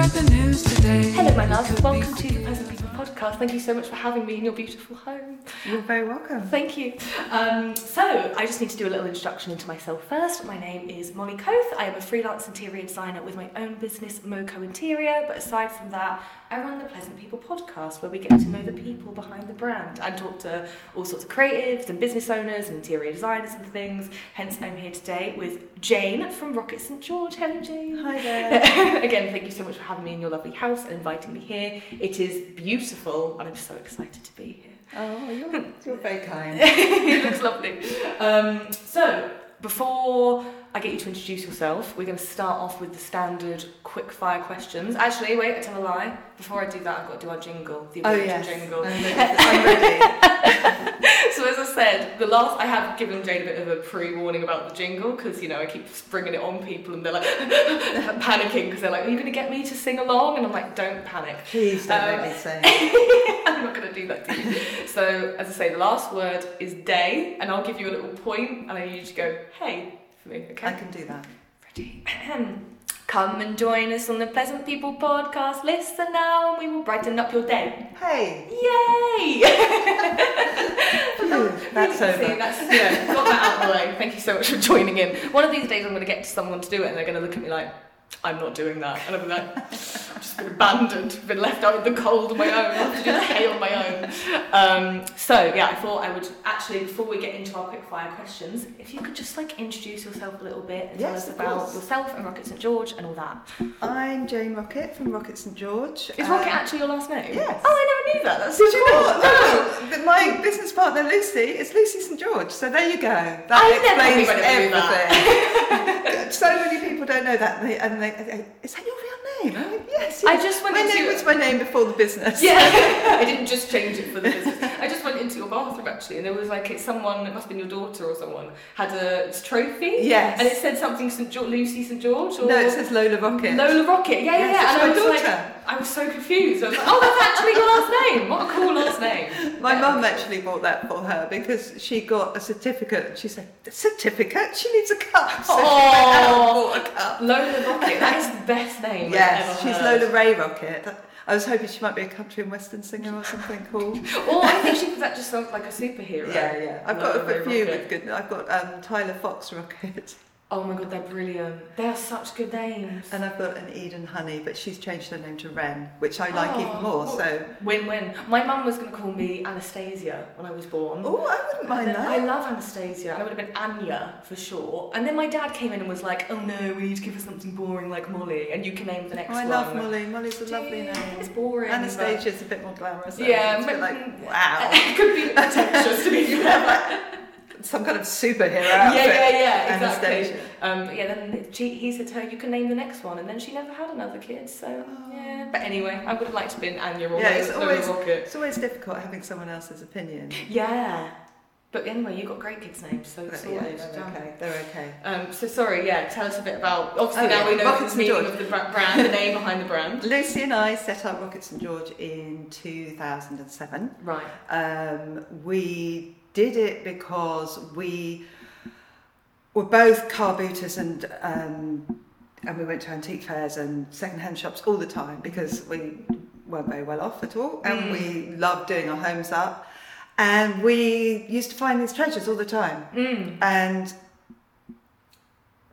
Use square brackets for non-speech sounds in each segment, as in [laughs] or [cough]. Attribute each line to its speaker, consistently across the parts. Speaker 1: Hello, my love. Welcome to the Pleasant People podcast. Thank you so much for having me in your beautiful home.
Speaker 2: You're very welcome.
Speaker 1: Thank you. Um, so, I just need to do a little introduction into myself first. My name is Molly Coth. I am a freelance interior designer with my own business, Moco Interior. But aside from that, I run the Pleasant People podcast, where we get to know the people behind the brand and talk to all sorts of creatives and business owners and interior designers and things. Hence, I'm here today with Jane from Rocket St George. Hello, Jane.
Speaker 2: Hi
Speaker 1: [laughs]
Speaker 2: there. [laughs]
Speaker 1: Again, thank you so much for having me in your lovely house and inviting me here. It is beautiful, and I'm so excited to be here. [laughs]
Speaker 2: Oh, you're, you're very kind.
Speaker 1: it looks lovely. Um, so, before I get you to introduce yourself, we're going to start off with the standard quick fire questions. Actually, wait, I tell a lie. Before I do that, I've got to do our jingle, the
Speaker 2: Oh
Speaker 1: original
Speaker 2: yes.
Speaker 1: jingle.
Speaker 2: I'm ready.
Speaker 1: [laughs]
Speaker 2: I'm ready.
Speaker 1: so as I said, the last I have given Jane a bit of a pre-warning about the jingle because you know I keep springing it on people and they're like [laughs] panicking because they're like, "Are you going to get me to sing along?" And I'm like, "Don't panic.
Speaker 2: Please don't
Speaker 1: Um,
Speaker 2: make me say. it.
Speaker 1: [laughs] I'm not going to do that to you." so as I say, the last word is day, and I'll give you a little point, and I need you to go, "Hey." for me, Okay.
Speaker 2: I can do that.
Speaker 1: Ready? Come and join us on the Pleasant People podcast. Listen now, and we will brighten up your day. [laughs]
Speaker 2: Hey,
Speaker 1: Yay!
Speaker 2: phew, [laughs] that's
Speaker 1: See,
Speaker 2: over.
Speaker 1: that's, yeah, got that out of the way. [laughs] Thank you so much for joining in. One of these days, I'm going to get someone to do it, and they're going to look at me like, "I'm not doing that," and I'll be like, "I've just been abandoned, been left out in the cold on my own, I have to do the hay on my own." Um, so yeah, I thought I would actually, before we get into our quick fire questions, if you could just like introduce yourself a little bit and tell
Speaker 2: Yes,
Speaker 1: us
Speaker 2: of
Speaker 1: about
Speaker 2: course.
Speaker 1: yourself and Rocket St George and all that.
Speaker 2: I'm Jane Rocket from Rocket St George.
Speaker 1: Is
Speaker 2: Um,
Speaker 1: Rocket actually your last name?
Speaker 2: Yes.
Speaker 1: Oh, I never knew that. That's so
Speaker 2: Did you
Speaker 1: cool.
Speaker 2: not? No. But My business partner Lucy is Lucy St George. So there you go. That
Speaker 1: I never knew
Speaker 2: explains
Speaker 1: when it
Speaker 2: everything.
Speaker 1: was [laughs]
Speaker 2: so many people don't know that, and they, and they, they is that your real name? I'm like, yes. yes.
Speaker 1: [laughs] I just went
Speaker 2: my
Speaker 1: into
Speaker 2: name was my name before the [laughs] business.
Speaker 1: Yeah, I didn't just change it for the business. I just went into your bathroom actually, and there was like it's someone, it must have been your daughter or someone, had a trophy.
Speaker 2: Yes.
Speaker 1: And it said something St. George, Lucy St. George or
Speaker 2: No, it says Lola Rocket.
Speaker 1: Lola Rocket. Yeah, yeah, yeah.
Speaker 2: Yes, it's
Speaker 1: And I
Speaker 2: my
Speaker 1: was
Speaker 2: daughter.
Speaker 1: like, I was so confused. I was like, oh, that's actually your last name. What a cool last name.
Speaker 2: [laughs] My
Speaker 1: Yeah.
Speaker 2: mum actually bought that for her because she got a certificate. She said, "Certificate? She needs a cup." [laughs] So
Speaker 1: Aw.
Speaker 2: she went out and bought a cup.
Speaker 1: Oh. Lola Rocket. That is the best name. I've
Speaker 2: Yes,
Speaker 1: ever
Speaker 2: she's
Speaker 1: heard.
Speaker 2: Lola Ray Rocket. I was hoping she might be a country and western singer or something
Speaker 1: [laughs]
Speaker 2: cool.
Speaker 1: Or I think she that just sounds like a superhero.
Speaker 2: Yeah, yeah. I've got
Speaker 1: Lola Ray
Speaker 2: a few
Speaker 1: Rocket.
Speaker 2: with good. I've got um, Tyler Fox Rocket, [laughs]
Speaker 1: Oh my god, they're brilliant. They are such good names.
Speaker 2: and I've got an Eden Honey, but she's changed her name to Wren, which I like even
Speaker 1: Oh.
Speaker 2: more. So,
Speaker 1: Win-win. My mum was going to call me Anastasia when I was born.
Speaker 2: oh, I wouldn't mind
Speaker 1: And then I
Speaker 2: that.
Speaker 1: love Anastasia. I would have been Anya for sure. And then my dad came in and was like, "Oh no, we need to give her something boring like Molly, and you can name the next
Speaker 2: Oh, I
Speaker 1: one."
Speaker 2: love Molly. Molly's a lovely
Speaker 1: Yeah,
Speaker 2: name.
Speaker 1: It's boring.
Speaker 2: Anastasia's a bit more glamorous. though.
Speaker 1: Yeah,
Speaker 2: it's a bit
Speaker 1: but- hmm,
Speaker 2: like
Speaker 1: but-
Speaker 2: wow.
Speaker 1: [laughs] it could be pretentious to be fair.
Speaker 2: some kind of
Speaker 1: [laughs]
Speaker 2: superhero
Speaker 1: Yeah,
Speaker 2: outfit.
Speaker 1: yeah, yeah, exactly.
Speaker 2: Anastasia.
Speaker 1: Um, yeah, then she, he said to her, "You can name the next one," and then she never had another kid. So yeah. But anyway, I would have liked to be an Anya or
Speaker 2: Oh. Yeah,
Speaker 1: Lola-
Speaker 2: it's
Speaker 1: Lola
Speaker 2: always-
Speaker 1: Rocket.
Speaker 2: It's always difficult having someone else's opinion.
Speaker 1: Yeah. But anyway, you got great kids' names, so
Speaker 2: But
Speaker 1: it's
Speaker 2: yeah,
Speaker 1: all
Speaker 2: they're okay. They're okay.
Speaker 1: Um, so sorry, yeah, tell us a bit about. Obviously,
Speaker 2: Oh,
Speaker 1: now
Speaker 2: yeah,
Speaker 1: we know
Speaker 2: Rockets
Speaker 1: the
Speaker 2: and
Speaker 1: meaning
Speaker 2: George.
Speaker 1: of the bra- brand, the name behind the brand.
Speaker 2: Lucy and I set up Rocket St George in 2007.
Speaker 1: Right.
Speaker 2: Um, we did it because we were both car booters and um, and we went to antique fairs and second-hand shops all the time because we weren't very well off at all and
Speaker 1: Mm.
Speaker 2: we loved doing our homes up and we used to find these treasures all the time
Speaker 1: Mm.
Speaker 2: and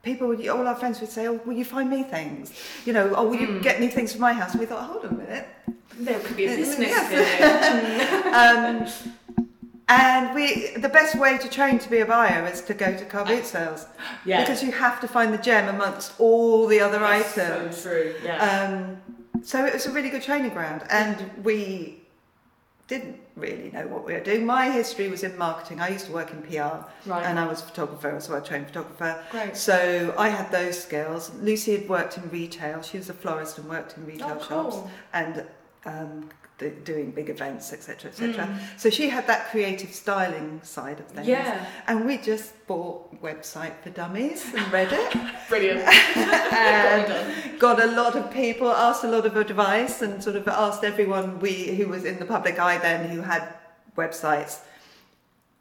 Speaker 2: people would all our friends would say oh will you find me things you know oh will you
Speaker 1: Mm.
Speaker 2: get me things for my house and we thought hold on a minute
Speaker 1: There could be a
Speaker 2: Mm,
Speaker 1: business
Speaker 2: yes.
Speaker 1: here.
Speaker 2: [laughs] um, and we the best way to train to be a buyer is to go to car boot sales
Speaker 1: Ah, yeah.
Speaker 2: because you have to find the gem amongst all the other
Speaker 1: That's
Speaker 2: items
Speaker 1: So true. Yeah.
Speaker 2: um, so it was a really good training ground and we didn't really know what we were doing my history was in marketing i used to work in pr
Speaker 1: right.
Speaker 2: and i was a photographer so i trained photographer
Speaker 1: Great.
Speaker 2: so I had those skills. Lucy had worked in retail. She was a florist and worked in retail
Speaker 1: Oh,
Speaker 2: shops
Speaker 1: cool.
Speaker 2: and um, d- doing big events, etc., etc.
Speaker 1: Mm.
Speaker 2: So she had that creative styling side of things.
Speaker 1: Yeah.
Speaker 2: And we just bought website for dummies and read it
Speaker 1: Brilliant. Got me
Speaker 2: and
Speaker 1: done.
Speaker 2: got, got a lot of people, asked a lot of advice, and sort of asked everyone we who was in the public eye then who had websites.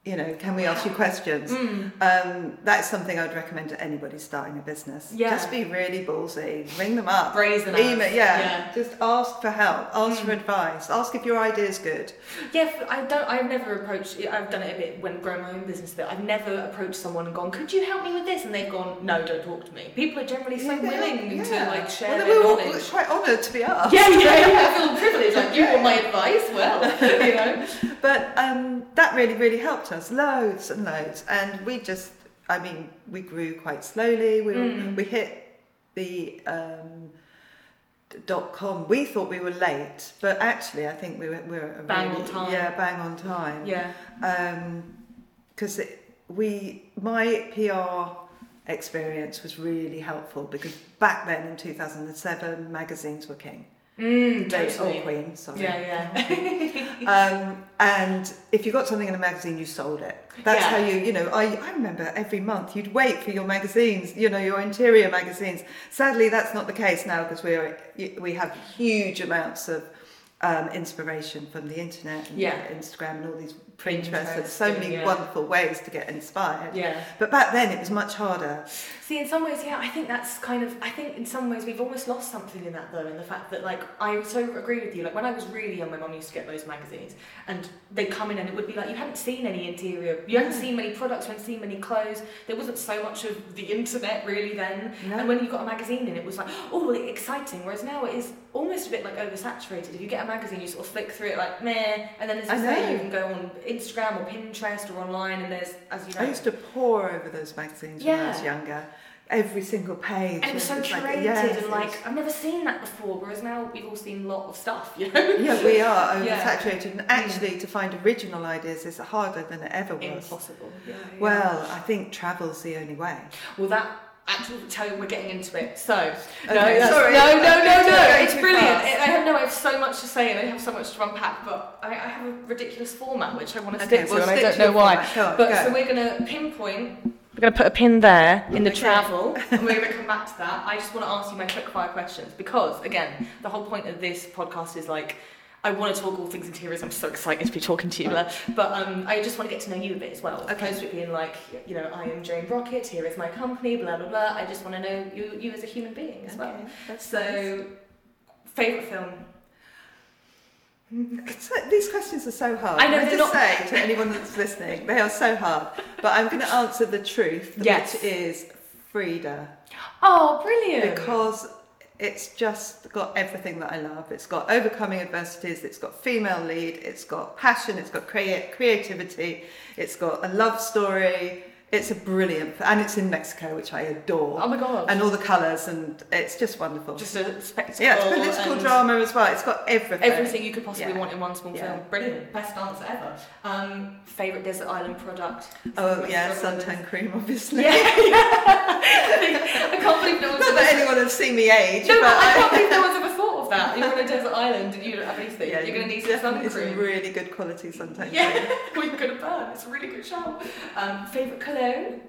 Speaker 2: You know, can we ask you questions?
Speaker 1: Mm.
Speaker 2: Um, that's something I'd recommend to anybody starting a business.
Speaker 1: Yeah.
Speaker 2: Just be really ballsy. Ring them up.
Speaker 1: Brazen
Speaker 2: Email,
Speaker 1: us,
Speaker 2: yeah.
Speaker 1: yeah. Hmm.
Speaker 2: Just ask for help. Ask for advice. Ask if your idea's good.
Speaker 1: Yeah, f- I don't. I've never approached. I've done it a bit when growing my own business, but I've never approached someone and gone, "Could you help me with this?" And they've gone, "No, don't talk to me." People are generally so
Speaker 2: Yeah,
Speaker 1: willing to
Speaker 2: yeah.
Speaker 1: like share
Speaker 2: Well,
Speaker 1: their
Speaker 2: we were all
Speaker 1: knowledge.
Speaker 2: quite honoured to be
Speaker 1: [laughs]
Speaker 2: asked.
Speaker 1: Yeah,
Speaker 2: [laughs]
Speaker 1: yeah, yeah. I feel privileged. Like you want my advice, well, [laughs] you know.
Speaker 2: But um, that really, really helped us loads and loads. And we just, I mean, we grew quite slowly. We,
Speaker 1: Mm.
Speaker 2: we hit the um, dot com. We thought we were late, but actually, I think we were, we were a
Speaker 1: Bang
Speaker 2: really-
Speaker 1: on time.
Speaker 2: Yeah, bang on time.
Speaker 1: Yeah.
Speaker 2: Because we, my PR experience was really helpful because back then in 2007, magazines were king.
Speaker 1: Mm,
Speaker 2: They-
Speaker 1: totally.
Speaker 2: Or queen, sorry.
Speaker 1: Yeah, yeah.
Speaker 2: Um, and if you got something in a magazine, you sold it. That's
Speaker 1: Yeah.
Speaker 2: how you, you know, I, I remember every month you'd wait for your magazines, you know, your interior magazines. Sadly, that's not the case now because we're, we have huge amounts of um, inspiration from the internet and
Speaker 1: Yeah.
Speaker 2: Instagram and all these Pinterest. There's
Speaker 1: Pinterest,
Speaker 2: so many
Speaker 1: yeah.
Speaker 2: wonderful ways to get inspired.
Speaker 1: yeah.
Speaker 2: But back then it was much harder.
Speaker 1: [laughs] See, in some ways, yeah, I think that's kind of. I think in some ways we've almost lost something in that though, in the fact that like I so agree with you. Like when I was really young, my mum used to get those magazines, and they'd come in and it would be like you hadn't seen any interior, you hadn't
Speaker 2: No.
Speaker 1: seen many products, you hadn't seen many clothes. There wasn't so much of the internet really then,
Speaker 2: No.
Speaker 1: and when you got a magazine in, it was like oh, well, exciting. Whereas now it is almost a bit like oversaturated. If you get a magazine, you sort of flick through it like meh, and then as you
Speaker 2: I
Speaker 1: say,
Speaker 2: know.
Speaker 1: you can go on Instagram or Pinterest or online, and there's as you know.
Speaker 2: I used to pore over those magazines when I was
Speaker 1: Yeah.
Speaker 2: younger. Every single page.
Speaker 1: And it was so
Speaker 2: it's like,
Speaker 1: curated
Speaker 2: yes, it
Speaker 1: and
Speaker 2: was
Speaker 1: like I've never seen that before. Whereas now we've all seen a lot of stuff, you know.
Speaker 2: Yeah, we are
Speaker 1: Yeah.
Speaker 2: oversaturated, and actually, to find original ideas is harder than it ever was.
Speaker 1: Impossible. Yeah, yeah.
Speaker 2: Well, I think travel's the only way.
Speaker 1: well, that actually tell you we're getting into it. So
Speaker 2: Okay,
Speaker 1: no, that's-
Speaker 2: sorry.
Speaker 1: no, no, no,
Speaker 2: We're
Speaker 1: no.
Speaker 2: going
Speaker 1: It's
Speaker 2: too
Speaker 1: brilliant.
Speaker 2: fast.
Speaker 1: I have no. I have so much to say and I have so much to unpack. But I, I have a ridiculous format which I want to stick
Speaker 2: so
Speaker 1: to, and I
Speaker 2: stick
Speaker 1: don't
Speaker 2: to
Speaker 1: know
Speaker 2: your
Speaker 1: why.
Speaker 2: format. Go on,
Speaker 1: But
Speaker 2: go.
Speaker 1: so we're going to pinpoint. We're going to put a pin there in the
Speaker 2: Okay.
Speaker 1: travel, [laughs] and we're going to come back to that. I just want to ask you my quick fire questions because, again, the whole point of this podcast is like, I want to talk all things interiors. I'm so excited to be talking to you, Blair. but um, I just want to get to know you a bit as well. As
Speaker 2: Okay.
Speaker 1: opposed to it being like, you know, I am Jane Rocket. Here is my company. Blah blah blah. I just want to know you, you as a human being as well.
Speaker 2: Okay, that's nice.
Speaker 1: So, favorite film.
Speaker 2: It's so- these questions are so hard.
Speaker 1: I know,
Speaker 2: Can I
Speaker 1: they're
Speaker 2: just
Speaker 1: not-
Speaker 2: say to anyone that's listening, they are so hard. But I'm going to answer the truth,
Speaker 1: Yes.
Speaker 2: which is Frida,
Speaker 1: Oh, brilliant!
Speaker 2: because it's just got everything that I love. It's got overcoming adversities. It's got female lead. It's got passion. It's got crea- creativity. It's got a love story. It's a brilliant, and it's in Mexico, which I adore.
Speaker 1: oh my god,
Speaker 2: and all the colours, and it's just wonderful.
Speaker 1: just a spectacle.
Speaker 2: yeah, it's political
Speaker 1: and-
Speaker 2: drama as well. It's got everything.
Speaker 1: Everything you could possibly
Speaker 2: Yeah.
Speaker 1: want in one small
Speaker 2: Yeah.
Speaker 1: film. Brilliant. Best answer ever. Um, Favourite desert island
Speaker 2: [laughs]
Speaker 1: product?
Speaker 2: Oh yeah,
Speaker 1: Struggle with-
Speaker 2: suntan cream, obviously.
Speaker 1: [laughs] Yeah, yeah. I can't believe no one's
Speaker 2: [laughs] Not that
Speaker 1: ever...
Speaker 2: anyone has seen me age,
Speaker 1: No,
Speaker 2: but uh,
Speaker 1: but I can't believe no
Speaker 2: [laughs]
Speaker 1: one's ever thought of that. You're on a desert island and you don't have anything.
Speaker 2: Yeah,
Speaker 1: You're going to need some sun
Speaker 2: it's
Speaker 1: cream.
Speaker 2: really good quality suntan cream.
Speaker 1: Yeah, well, you're going to burn. It's a really good show. Um, Favourite cologne?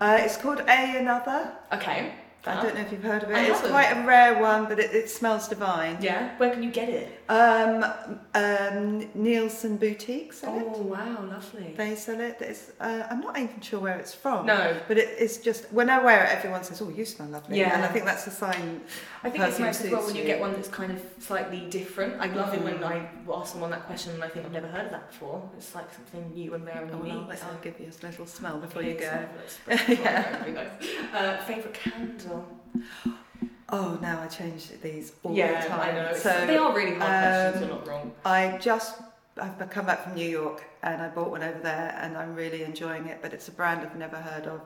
Speaker 2: Uh, it's called A Another.
Speaker 1: Okay.
Speaker 2: I don't know if you've heard of it.
Speaker 1: I
Speaker 2: it's
Speaker 1: haven't.
Speaker 2: quite a rare one, but it, it smells divine.
Speaker 1: Yeah. Where can you get it?
Speaker 2: Um, um, Nielsen Boutiques. sell it.
Speaker 1: Oh, wow, lovely.
Speaker 2: They sell it. It's, uh, I'm not even sure where it's from.
Speaker 1: No,
Speaker 2: But it, it's just when I wear it, everyone says, "Oh, you smell lovely,"
Speaker 1: Yeah.
Speaker 2: and I think that's a sign
Speaker 1: I think it's
Speaker 2: perfume
Speaker 1: nice as well
Speaker 2: suits
Speaker 1: when you
Speaker 2: you.
Speaker 1: get one that's kind of slightly different. I love it when
Speaker 2: Mm.
Speaker 1: I ask someone that question and I think I've never heard of that before. It's like something new and rare and
Speaker 2: Oh, well, I'll,
Speaker 1: unique.
Speaker 2: let-
Speaker 1: so-
Speaker 2: I'll give you a little smell before
Speaker 1: Okay,
Speaker 2: you
Speaker 1: so
Speaker 2: go.
Speaker 1: let's [laughs]
Speaker 2: [laughs]
Speaker 1: break it down. Very nice. Uh, favorite candle?
Speaker 2: Oh, now I change these all
Speaker 1: yeah,
Speaker 2: the time.
Speaker 1: I know. So, they
Speaker 2: So um,
Speaker 1: are really hard questions. You're not wrong.
Speaker 2: I just I've come back from New York and I bought one over there and I'm really enjoying it. But it's a brand I've never heard of,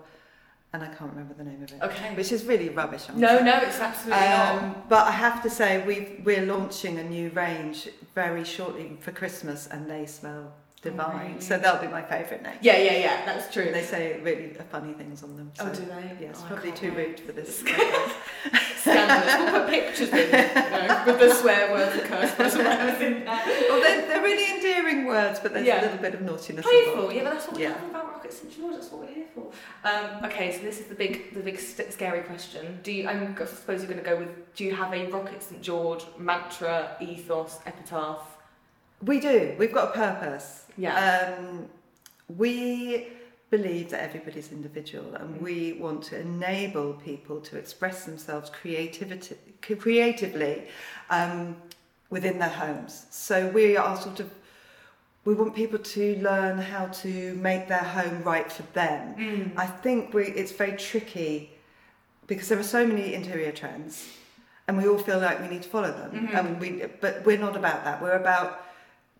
Speaker 2: and I can't remember the name of it,
Speaker 1: Okay.
Speaker 2: which is really rubbish. I'm
Speaker 1: No,
Speaker 2: sorry.
Speaker 1: no, it's absolutely not.
Speaker 2: Um, but I have to say, we we're launching a new range very shortly for Christmas, and they smell divine.
Speaker 1: Really?
Speaker 2: So that'll be my favourite name.
Speaker 1: Yeah, yeah, yeah. That's true.
Speaker 2: They say really funny things on them.
Speaker 1: oh,
Speaker 2: so-
Speaker 1: do they?
Speaker 2: Yes,
Speaker 1: Oh, I
Speaker 2: probably
Speaker 1: can't
Speaker 2: too
Speaker 1: wait.
Speaker 2: rude for
Speaker 1: [laughs]
Speaker 2: this.
Speaker 1: Scandalous. We'll put pictures in you know, with the swear words and
Speaker 2: [laughs]
Speaker 1: curse words and whatever's in there.
Speaker 2: well, they're, they're really endearing words, but there's
Speaker 1: Yeah.
Speaker 2: a little bit of naughtiness.
Speaker 1: Playful, yeah, but that's what we're
Speaker 2: Yeah.
Speaker 1: talking about, Rocket St George. That's what we're here for. Um, okay, so this is the big, the big st- scary question. Do you? I'm, I suppose you're going to go with. Do you have a Rocket St George mantra, ethos, epitaph?
Speaker 2: We do. We've got a purpose.
Speaker 1: Yeah.
Speaker 2: Um, we believe that everybody's individual, and we want to enable people to express themselves creativity, creatively um, within their homes. So we are sort of we want people to learn how to make their home right for them.
Speaker 1: Mm.
Speaker 2: I think we, it's very tricky because there are so many interior trends, and we all feel like we need to follow them.
Speaker 1: Mhm.
Speaker 2: And we, but we're not about that. We're about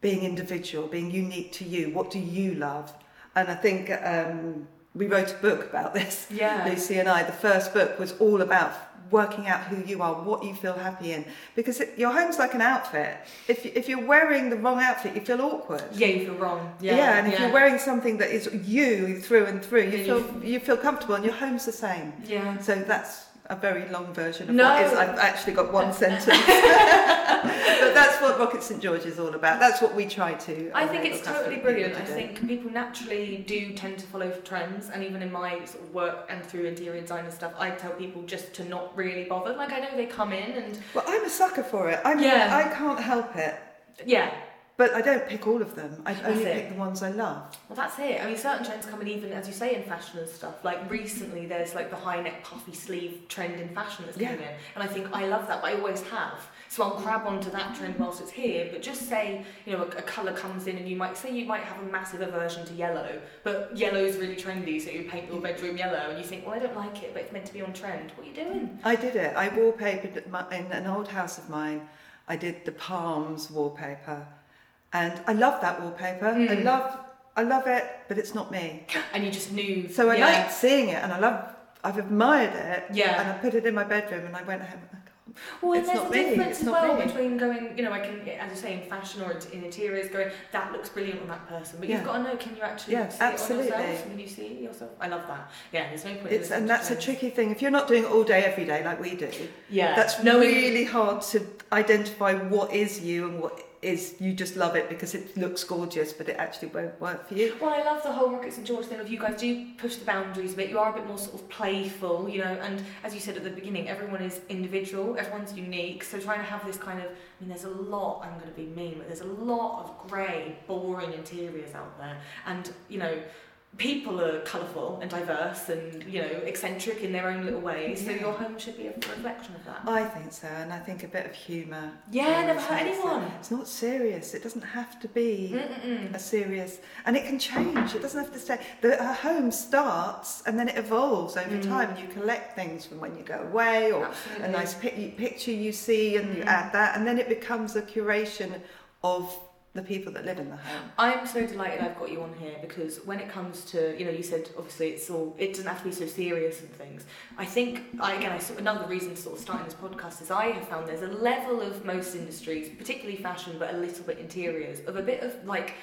Speaker 2: being individual, being unique to you. What do you love? And I think um, we wrote a book about this.
Speaker 1: Yeah.
Speaker 2: Lucy and I, the first book was all about working out who you are, what you feel happy in, because it, your home's like an outfit. If you, if you're wearing the wrong outfit, you feel awkward.
Speaker 1: Yeah, you feel wrong.
Speaker 2: Yeah,
Speaker 1: Yeah,
Speaker 2: and if you're wearing something that is you through and through, you
Speaker 1: Yeah,
Speaker 2: feel
Speaker 1: you
Speaker 2: you feel comfortable, and your home's the same.
Speaker 1: yeah.
Speaker 2: So that's a very long version of
Speaker 1: No.
Speaker 2: what is. I've actually got
Speaker 1: [laughs]
Speaker 2: one sentence, [laughs] but that's what Rocket St George is all about. That's what we try to. uh,
Speaker 1: I
Speaker 2: enable
Speaker 1: think it's
Speaker 2: customers
Speaker 1: totally
Speaker 2: people
Speaker 1: brilliant.
Speaker 2: to
Speaker 1: I
Speaker 2: do.
Speaker 1: think people naturally do tend to follow trends, and even in my sort of work and through interior design and stuff, I tell people just to not really bother. Like I know they come in and
Speaker 2: Well, I'm a sucker for it. I'm,
Speaker 1: Yeah.
Speaker 2: I can't help it,
Speaker 1: yeah,
Speaker 2: but I don't pick all of them. I only
Speaker 1: it.
Speaker 2: pick the ones I love.
Speaker 1: well that's it. I mean, certain trends come in even as you say in fashion and stuff. Like recently, there's like the high neck puffy sleeve trend in fashion that's
Speaker 2: Yeah.
Speaker 1: coming in, and I think I love that, but I always have. So I'll grab onto that trend whilst it's here. But just say you know a, a color comes in, and you might say you might have a massive aversion to yellow, but yellow's really trendy, so you paint your bedroom yellow, and you think, well, I don't like it, but it's meant to be on trend. What are you doing?
Speaker 2: I did it. I wallpapered at my, in an old house of mine. I did the palms wallpaper, and I love that wallpaper. I
Speaker 1: Mm.
Speaker 2: love, I love it, but it's not me.
Speaker 1: And you just knew.
Speaker 2: So I
Speaker 1: yeah.
Speaker 2: liked seeing it, and I love. I've admired it.
Speaker 1: Yeah.
Speaker 2: And I put it in my bedroom, and I went home. and I can't.
Speaker 1: Well, and
Speaker 2: It's
Speaker 1: there's
Speaker 2: not
Speaker 1: a
Speaker 2: me,
Speaker 1: difference
Speaker 2: it's
Speaker 1: as
Speaker 2: not
Speaker 1: well
Speaker 2: me.
Speaker 1: between going, you know, I can, as you say, in fashion or in interiors, going that looks brilliant on that person, but
Speaker 2: Yeah.
Speaker 1: you've got to know can you actually
Speaker 2: Yeah,
Speaker 1: see it on yourself?
Speaker 2: absolutely.
Speaker 1: Can you see it yourself? I love that. Yeah, there's no point.
Speaker 2: It's
Speaker 1: listening
Speaker 2: and
Speaker 1: to
Speaker 2: that's a
Speaker 1: trends.
Speaker 2: tricky thing. If you're not doing it all day every day like we do,
Speaker 1: Yeah,
Speaker 2: that's
Speaker 1: knowing
Speaker 2: really hard to identify what is you and what is you just love it because it looks gorgeous, but it actually won't work for you.
Speaker 1: Well, I love the whole Rockets and George thing of you guys do push the boundaries a bit. You are a bit more sort of playful, you know, and as you said at the beginning, everyone is individual, everyone's unique. So trying to have this kind of, I mean, there's a lot, I'm going to be mean, but there's a lot of grey, boring interiors out there. And, you know, people are colourful and diverse and, you know, eccentric in their own little ways. So
Speaker 2: Yeah.
Speaker 1: your home should be a reflection of that.
Speaker 2: I think so, and I think a bit of humour.
Speaker 1: Yeah, never
Speaker 2: It's
Speaker 1: hurt
Speaker 2: not-
Speaker 1: anyone.
Speaker 2: It's not serious. It doesn't have to be.
Speaker 1: Mm-mm-mm.
Speaker 2: a serious and it can change it doesn't have to stay the a home starts and then it evolves over
Speaker 1: Mm.
Speaker 2: time and you collect things from when you go away or
Speaker 1: Absolutely.
Speaker 2: a nice pi- picture you see and you
Speaker 1: Mm.
Speaker 2: add that and then it becomes a curation of the people that live in the home
Speaker 1: I'm so delighted I've got you on here because when it comes to you know you said obviously it's all it doesn't have to be so serious and things. I think I, again I sort, another reason to sort of starting this podcast is I have found there's a level of most industries, particularly fashion, but a little bit interiors, of a bit of like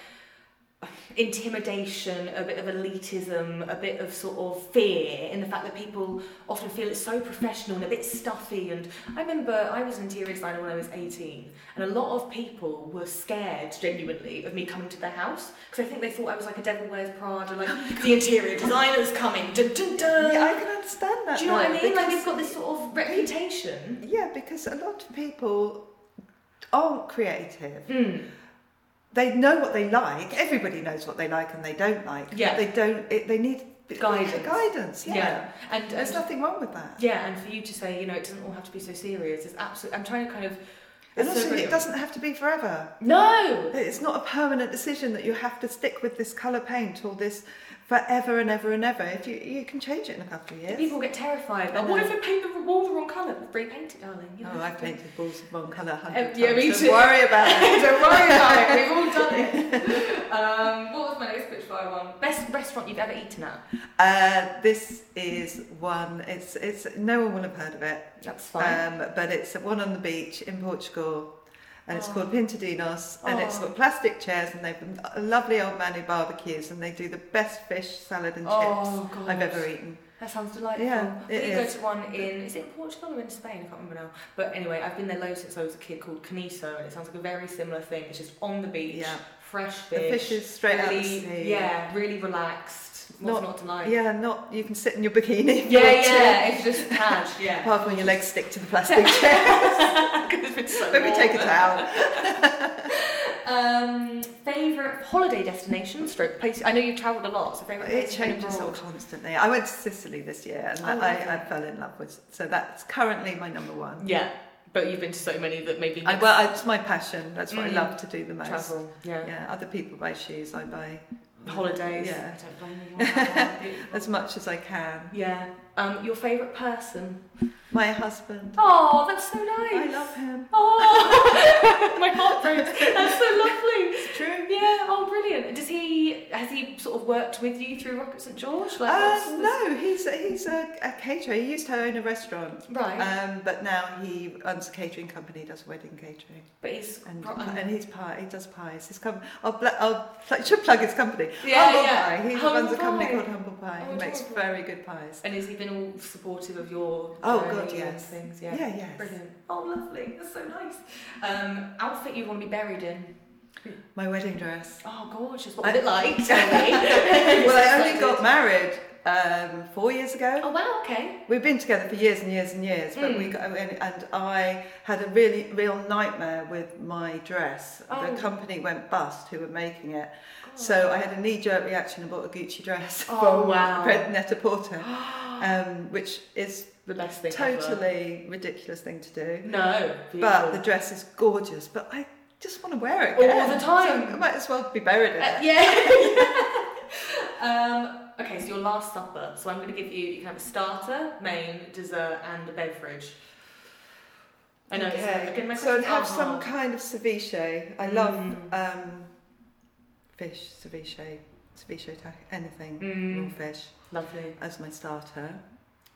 Speaker 1: intimidation, a bit of elitism, a bit of sort of fear in the fact that people often feel it's so professional and a bit stuffy. And I remember I was an interior designer when I was 18, and a lot of people were scared genuinely of me coming to their house because I think they thought I was like a Devil Wears Prada, like the interior designer's coming. Dun, dun, dun.
Speaker 2: Oh yeah i can understand that
Speaker 1: Uh, Do you know what I
Speaker 2: now,
Speaker 1: mean? like
Speaker 2: because-
Speaker 1: we've got this sort of reputation.
Speaker 2: yeah because a lot of people aren't creative
Speaker 1: Mm.
Speaker 2: they know what they like everybody knows what they like and they don't like
Speaker 1: Yeah.
Speaker 2: they don't it, they need
Speaker 1: Guidance.
Speaker 2: guidance yeah,
Speaker 1: And, and
Speaker 2: there's nothing wrong with that
Speaker 1: yeah, and for you to say, you know, it doesn't all have to be so serious. It's absolutely. I'm trying to kind of. it's
Speaker 2: And
Speaker 1: so
Speaker 2: also, it
Speaker 1: brilliant.
Speaker 2: doesn't have to be forever.
Speaker 1: No,
Speaker 2: It's not a permanent decision that you have to stick with this colour paint or this forever and ever and ever. If you, you can change it in a couple of
Speaker 1: The
Speaker 2: years.
Speaker 1: People get terrified.
Speaker 2: I
Speaker 1: Like, what
Speaker 2: know.
Speaker 1: if I paint the wall the wrong colour? Repaint it, darling. You
Speaker 2: Oh, I've painted balls of one colour a
Speaker 1: Um,
Speaker 2: hundred
Speaker 1: yeah,
Speaker 2: times.
Speaker 1: me
Speaker 2: Don't
Speaker 1: too.
Speaker 2: worry about
Speaker 1: [laughs]
Speaker 2: it.
Speaker 1: Don't worry about it. We've all done it. [laughs] Um, what was my next Spitfire one? Best restaurant you've ever eaten at?
Speaker 2: Uh, this is one. It's it's no one will have heard of it,
Speaker 1: Uh, That's fine.
Speaker 2: um, but it's one on the beach in Portugal. and it's
Speaker 1: Oh.
Speaker 2: called Pintadinos, and it's
Speaker 1: Oh.
Speaker 2: got plastic chairs, and they've got lovely old man who barbecues, and they do the best fish salad and
Speaker 1: Oh,
Speaker 2: chips
Speaker 1: God.
Speaker 2: I've ever eaten.
Speaker 1: That sounds delightful.
Speaker 2: Yeah,
Speaker 1: we
Speaker 2: it
Speaker 1: go
Speaker 2: is.
Speaker 1: to one in is it in Portugal or in Spain? I can't remember now. But anyway, I've been there loads since I was a kid called Caniso, and it sounds like a very similar thing. It's just on the beach,
Speaker 2: Yeah,
Speaker 1: fresh
Speaker 2: the
Speaker 1: fish,
Speaker 2: fish is straight out the
Speaker 1: really,
Speaker 2: sea.
Speaker 1: yeah, really relaxed. What's not,
Speaker 2: Not-
Speaker 1: to like?
Speaker 2: yeah, not you can sit in your bikini. [laughs] if
Speaker 1: [laughs]
Speaker 2: you
Speaker 1: yeah,
Speaker 2: want to.
Speaker 1: yeah, It's just tad,
Speaker 2: [laughs]
Speaker 1: yeah.
Speaker 2: Apart from when your legs stick to the
Speaker 1: [laughs]
Speaker 2: plastic chair,
Speaker 1: 'Cause [laughs] it's so
Speaker 2: maybe
Speaker 1: warm.
Speaker 2: take a towel.
Speaker 1: Um, favorite holiday destination, stroke place. I know you've travelled a lot, so favorite
Speaker 2: It
Speaker 1: place you've been
Speaker 2: changes all
Speaker 1: abroad?
Speaker 2: constantly. I went to Sicily this year, and
Speaker 1: Oh, lovely.
Speaker 2: I, I fell in love with. So that's currently my number one.
Speaker 1: Yeah, but you've been to so many that maybe
Speaker 2: I, well, it's my passion. That's what
Speaker 1: Mm.
Speaker 2: I love to do the most.
Speaker 1: travel. Yeah.
Speaker 2: Yeah, other people buy shoes, I buy
Speaker 1: holidays.
Speaker 2: Yeah.
Speaker 1: I don't blame
Speaker 2: [laughs]
Speaker 1: you.
Speaker 2: as much as I can.
Speaker 1: Yeah. Um, your favourite person.
Speaker 2: My husband,
Speaker 1: Oh, that's so
Speaker 2: I
Speaker 1: nice.
Speaker 2: love him.
Speaker 1: Oh, [laughs] my heart breaks. That's so lovely.
Speaker 2: It's true.
Speaker 1: Yeah. Oh, brilliant. Does he has he sort of worked with you through Rocket St George? Like, what's-
Speaker 2: Uh,
Speaker 1: what's-
Speaker 2: no, he's a, he's a, a caterer. He used to own a restaurant,
Speaker 1: Right.
Speaker 2: um, but now he owns a catering company, does wedding catering.
Speaker 1: but he's
Speaker 2: And, uh,
Speaker 1: pro-
Speaker 2: and he's pie, he does pies. His com- I'll, bla- I'll pl- should plug his company.
Speaker 1: Yeah,
Speaker 2: Humble
Speaker 1: yeah.
Speaker 2: Pie. He
Speaker 1: Humble
Speaker 2: runs a company
Speaker 1: Pie.
Speaker 2: called Humble Pie.
Speaker 1: Oh,
Speaker 2: he makes
Speaker 1: adorable.
Speaker 2: very good pies.
Speaker 1: and has he been all supportive of your
Speaker 2: Oh,
Speaker 1: journey
Speaker 2: God,
Speaker 1: and
Speaker 2: yes.
Speaker 1: things?
Speaker 2: Yeah,
Speaker 1: Yeah.
Speaker 2: yes.
Speaker 1: Brilliant. Oh, lovely. That's so nice. Um, outfit you want to be buried in?
Speaker 2: My wedding dress.
Speaker 1: Oh, gorgeous. What was it
Speaker 2: [laughs]
Speaker 1: like? Tell me.
Speaker 2: well,
Speaker 1: [laughs]
Speaker 2: I only got married um, four years ago.
Speaker 1: Oh wow. Okay.
Speaker 2: We've been together for years and years and years, but
Speaker 1: Mm.
Speaker 2: we got, and, and I had a really real nightmare with my dress.
Speaker 1: Oh.
Speaker 2: The company went bust who were making it,
Speaker 1: God.
Speaker 2: so I had a knee jerk reaction and bought a Gucci dress
Speaker 1: Oh,
Speaker 2: from
Speaker 1: wow.
Speaker 2: Fred
Speaker 1: [gasps]
Speaker 2: Netta Porter, um, which is
Speaker 1: the best thing. ever.
Speaker 2: totally ridiculous thing to do.
Speaker 1: No.
Speaker 2: But the dress is gorgeous, but I just want to wear it
Speaker 1: All
Speaker 2: again.
Speaker 1: the time.
Speaker 2: So I might as well be buried in
Speaker 1: Uh,
Speaker 2: it.
Speaker 1: yeah. [laughs] um, okay, so your last supper. So I'm going to give you. You can have a starter, main, dessert, and a beverage. I know.
Speaker 2: Okay.
Speaker 1: It's, again, my
Speaker 2: so I'd
Speaker 1: questions
Speaker 2: have
Speaker 1: are
Speaker 2: some
Speaker 1: hard.
Speaker 2: kind of ceviche. I love
Speaker 1: Mm.
Speaker 2: um, fish, ceviche, ceviche, ta- anything, raw
Speaker 1: Mm,
Speaker 2: fish
Speaker 1: lovely.
Speaker 2: as my starter.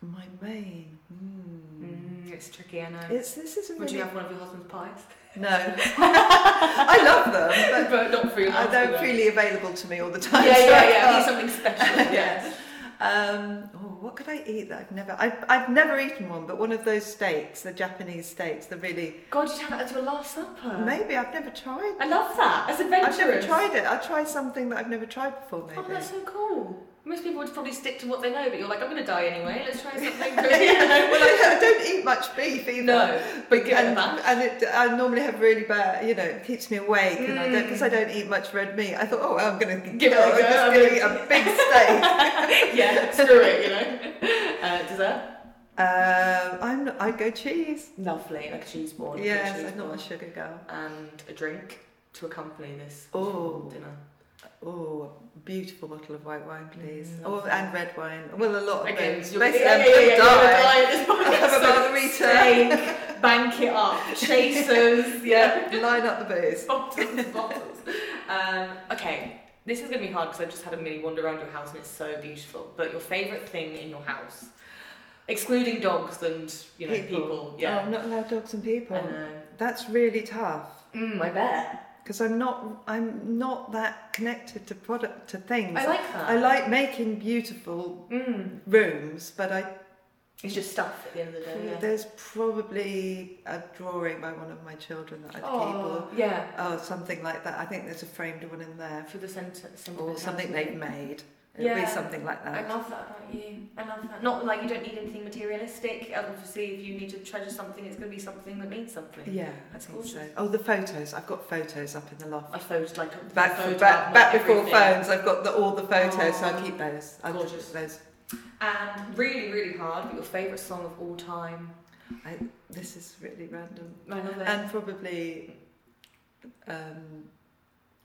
Speaker 2: My main. Mm.
Speaker 1: Mm, it's tricky, I know.
Speaker 2: It's, this is a
Speaker 1: Would
Speaker 2: really
Speaker 1: you have one of your husband's pies? [laughs]
Speaker 2: no. [laughs] I love them,
Speaker 1: but not for
Speaker 2: but
Speaker 1: your
Speaker 2: are they're
Speaker 1: [laughs] husband.
Speaker 2: really available to me all the time.
Speaker 1: Yeah,
Speaker 2: so I
Speaker 1: yeah, yeah. He's
Speaker 2: can't-
Speaker 1: something special.
Speaker 2: Yes. [laughs] Um, oh, what could I eat that I've never? I've, I've never eaten one, but one of those steaks, the Japanese steaks, the really.
Speaker 1: God, you'd have that as your last supper.
Speaker 2: Maybe I've never tried.
Speaker 1: I love that. That's
Speaker 2: I've
Speaker 1: Uh. adventurous.
Speaker 2: never tried it. I'll try something that I've never tried before, maybe.
Speaker 1: Oh, that's so cool. Most people would probably stick to what they know, but you're like, I'm going to die anyway. Let's try something.
Speaker 2: [laughs] well, I, I don't eat much beef [laughs]
Speaker 1: [laughs]
Speaker 2: either.
Speaker 1: No, but give it
Speaker 2: and,
Speaker 1: back.
Speaker 2: and it, I normally have really bad, you know, it keeps me awake, and I don't because I don't eat much red meat. I thought, oh, well, I'm going to
Speaker 1: Mm. Give it a
Speaker 2: I'm
Speaker 1: go,
Speaker 2: just
Speaker 1: I'm
Speaker 2: going
Speaker 1: gonna-
Speaker 2: to eat a
Speaker 1: [laughs]
Speaker 2: big steak.
Speaker 1: yeah, screw it, you know. [laughs] Uh, dessert?
Speaker 2: um, I'm not, I'd go cheese.
Speaker 1: Lovely, like a cheese board.
Speaker 2: yes, I'm not a sugar girl.
Speaker 1: And a drink to accompany this
Speaker 2: Oh.
Speaker 1: dinner.
Speaker 2: Oh, a beautiful bottle of white wine, please.
Speaker 1: Mm,
Speaker 2: oh,
Speaker 1: lovely.
Speaker 2: and red wine. Well, a lot of
Speaker 1: Again,
Speaker 2: things.
Speaker 1: you're
Speaker 2: Basically,
Speaker 1: yeah,
Speaker 2: I'm
Speaker 1: yeah,
Speaker 2: gonna
Speaker 1: yeah, you're
Speaker 2: die.
Speaker 1: gonna die at this point.
Speaker 2: um, Have a
Speaker 1: So
Speaker 2: margarita.
Speaker 1: steak, bank it
Speaker 2: [laughs]
Speaker 1: up, chasers, yeah.
Speaker 2: Yeah, line up the booze.
Speaker 1: [laughs] bottles, bottles. Um, okay, this is gonna be hard because I've just had a mini wander around your house and it's so beautiful. But your favourite thing in your house, excluding dogs and you know people,
Speaker 2: People. Oh,
Speaker 1: yeah. uh,
Speaker 2: I'm not allowed dogs and people.
Speaker 1: I know.
Speaker 2: That's really tough
Speaker 1: Mm, I bet.
Speaker 2: because I'm not I'm not that connected to product to things.
Speaker 1: I like that.
Speaker 2: I like making beautiful
Speaker 1: Mm.
Speaker 2: rooms, but I
Speaker 1: It's just stuff at the end of the day. Yeah.
Speaker 2: there's probably a drawing by one of my children that I'd
Speaker 1: Oh, yeah.
Speaker 2: keep or, or something like that. I think there's a framed one in there
Speaker 1: For the centre, centre
Speaker 2: or
Speaker 1: of
Speaker 2: something
Speaker 1: the house.
Speaker 2: they've made. It'd
Speaker 1: Yeah.
Speaker 2: be something like that.
Speaker 1: I love that about you. I love that. Not like you don't need anything materialistic. Obviously, if you need to treasure something, it's going to be something that means something.
Speaker 2: Yeah,
Speaker 1: That's
Speaker 2: I think so.
Speaker 1: gorgeous.
Speaker 2: Oh, the photos. I've got photos up in the loft.
Speaker 1: I photographed like
Speaker 2: Back,
Speaker 1: the photo
Speaker 2: back,
Speaker 1: album,
Speaker 2: back before
Speaker 1: everything. Oh,
Speaker 2: phones, I've got the, all the photos, so I'll keep those. I'll
Speaker 1: Gorgeous.
Speaker 2: Those.
Speaker 1: And Um, really, really hard. But your favourite song of all time.
Speaker 2: I, this is really random.
Speaker 1: I love it.
Speaker 2: And probably um,